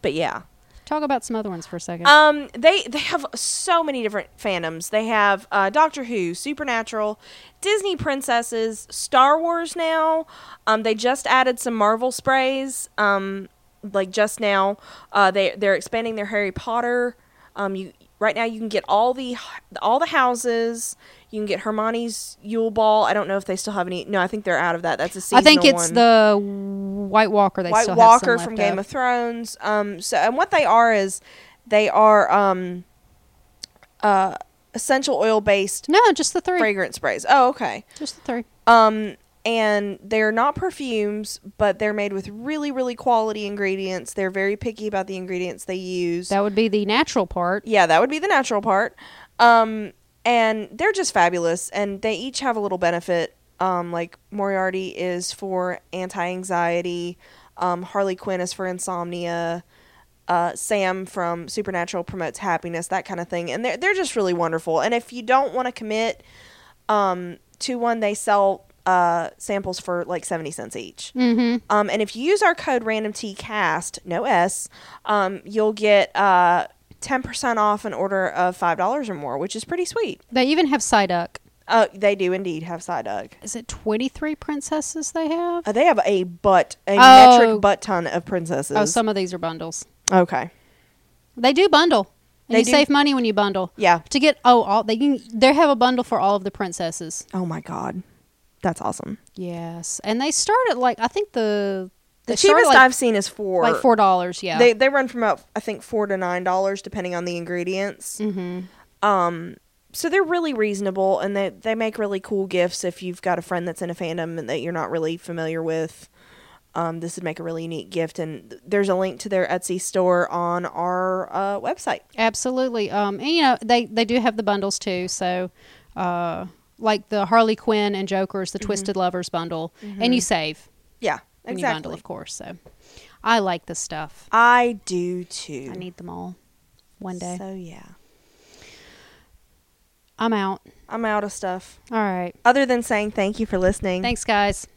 Speaker 1: But yeah.
Speaker 2: Talk about some other ones for a second.
Speaker 1: Um they they have so many different fandoms. They have uh Doctor Who, Supernatural, Disney princesses, Star Wars now. Um they just added some Marvel sprays um like just now. Uh they they're expanding their Harry Potter. Um you right now you can get all the all the houses. You can get Hermione's Yule Ball. I don't know if they still have any. No, I think they're out of that. That's a seasonal
Speaker 2: I think it's
Speaker 1: one.
Speaker 2: the White Walker they
Speaker 1: White
Speaker 2: still have some
Speaker 1: Walker
Speaker 2: left
Speaker 1: from Game
Speaker 2: of.
Speaker 1: of Thrones. Um, so and what they are is they are um, uh, essential oil based
Speaker 2: No, just the three.
Speaker 1: fragrance sprays. Oh, okay.
Speaker 2: Just the three.
Speaker 1: Um, and they're not perfumes, but they're made with really, really quality ingredients. They're very picky about the ingredients they use.
Speaker 2: That would be the natural part.
Speaker 1: yeah, that would be the natural part. Um, and they're just fabulous, and they each have a little benefit. Um, like Moriarty is for anti-anxiety, um, Harley Quinn is for insomnia, uh, Sam from Supernatural promotes happiness, that kind of thing. And they're they're just really wonderful. And if you don't want to commit um, to one, they sell uh, samples for like seventy cents each.
Speaker 2: Mm-hmm.
Speaker 1: Um, and if you use our code randomtcast, no S, um, you'll get uh, 10% off an order of $5 or more, which is pretty sweet.
Speaker 2: They even have Psyduck.
Speaker 1: Uh, they do indeed have Psyduck.
Speaker 2: Is it 23 princesses they have?
Speaker 1: Uh, they have a butt, a
Speaker 2: Oh.
Speaker 1: metric butt ton of princesses.
Speaker 2: Oh, some of these are bundles.
Speaker 1: okay.
Speaker 2: They do bundle. And
Speaker 1: They
Speaker 2: you
Speaker 1: do-
Speaker 2: save money when you bundle.
Speaker 1: Yeah.
Speaker 2: To get oh, all they can they have a bundle for all of the princesses.
Speaker 1: Oh my God. That's awesome.
Speaker 2: Yes. And they start at like I think the
Speaker 1: The
Speaker 2: they start at
Speaker 1: cheapest
Speaker 2: like,
Speaker 1: I've seen is four.
Speaker 2: like four dollars, yeah.
Speaker 1: They, they run from about, I think, 4 to $9, depending on the ingredients.
Speaker 2: mm-hmm.
Speaker 1: Um, so they're really reasonable, and they they make really cool gifts if you've got a friend that's in a fandom and that you're not really familiar with. Um, this would make a really neat gift, and th- there's a link to their Etsy store on our uh, website.
Speaker 2: Absolutely. Um, and you know they they do have the bundles too. So, uh, like the Harley Quinn and Joker's the Twisted Lovers bundle, and you save
Speaker 1: Yeah,
Speaker 2: when you bundle,
Speaker 1: exactly.
Speaker 2: of course. So, I like this stuff.
Speaker 1: I do too.
Speaker 2: I need them all one day.
Speaker 1: So yeah,
Speaker 2: I'm out.
Speaker 1: I'm out of stuff.
Speaker 2: All right.
Speaker 1: Other than saying thank you for listening.
Speaker 2: Thanks, guys.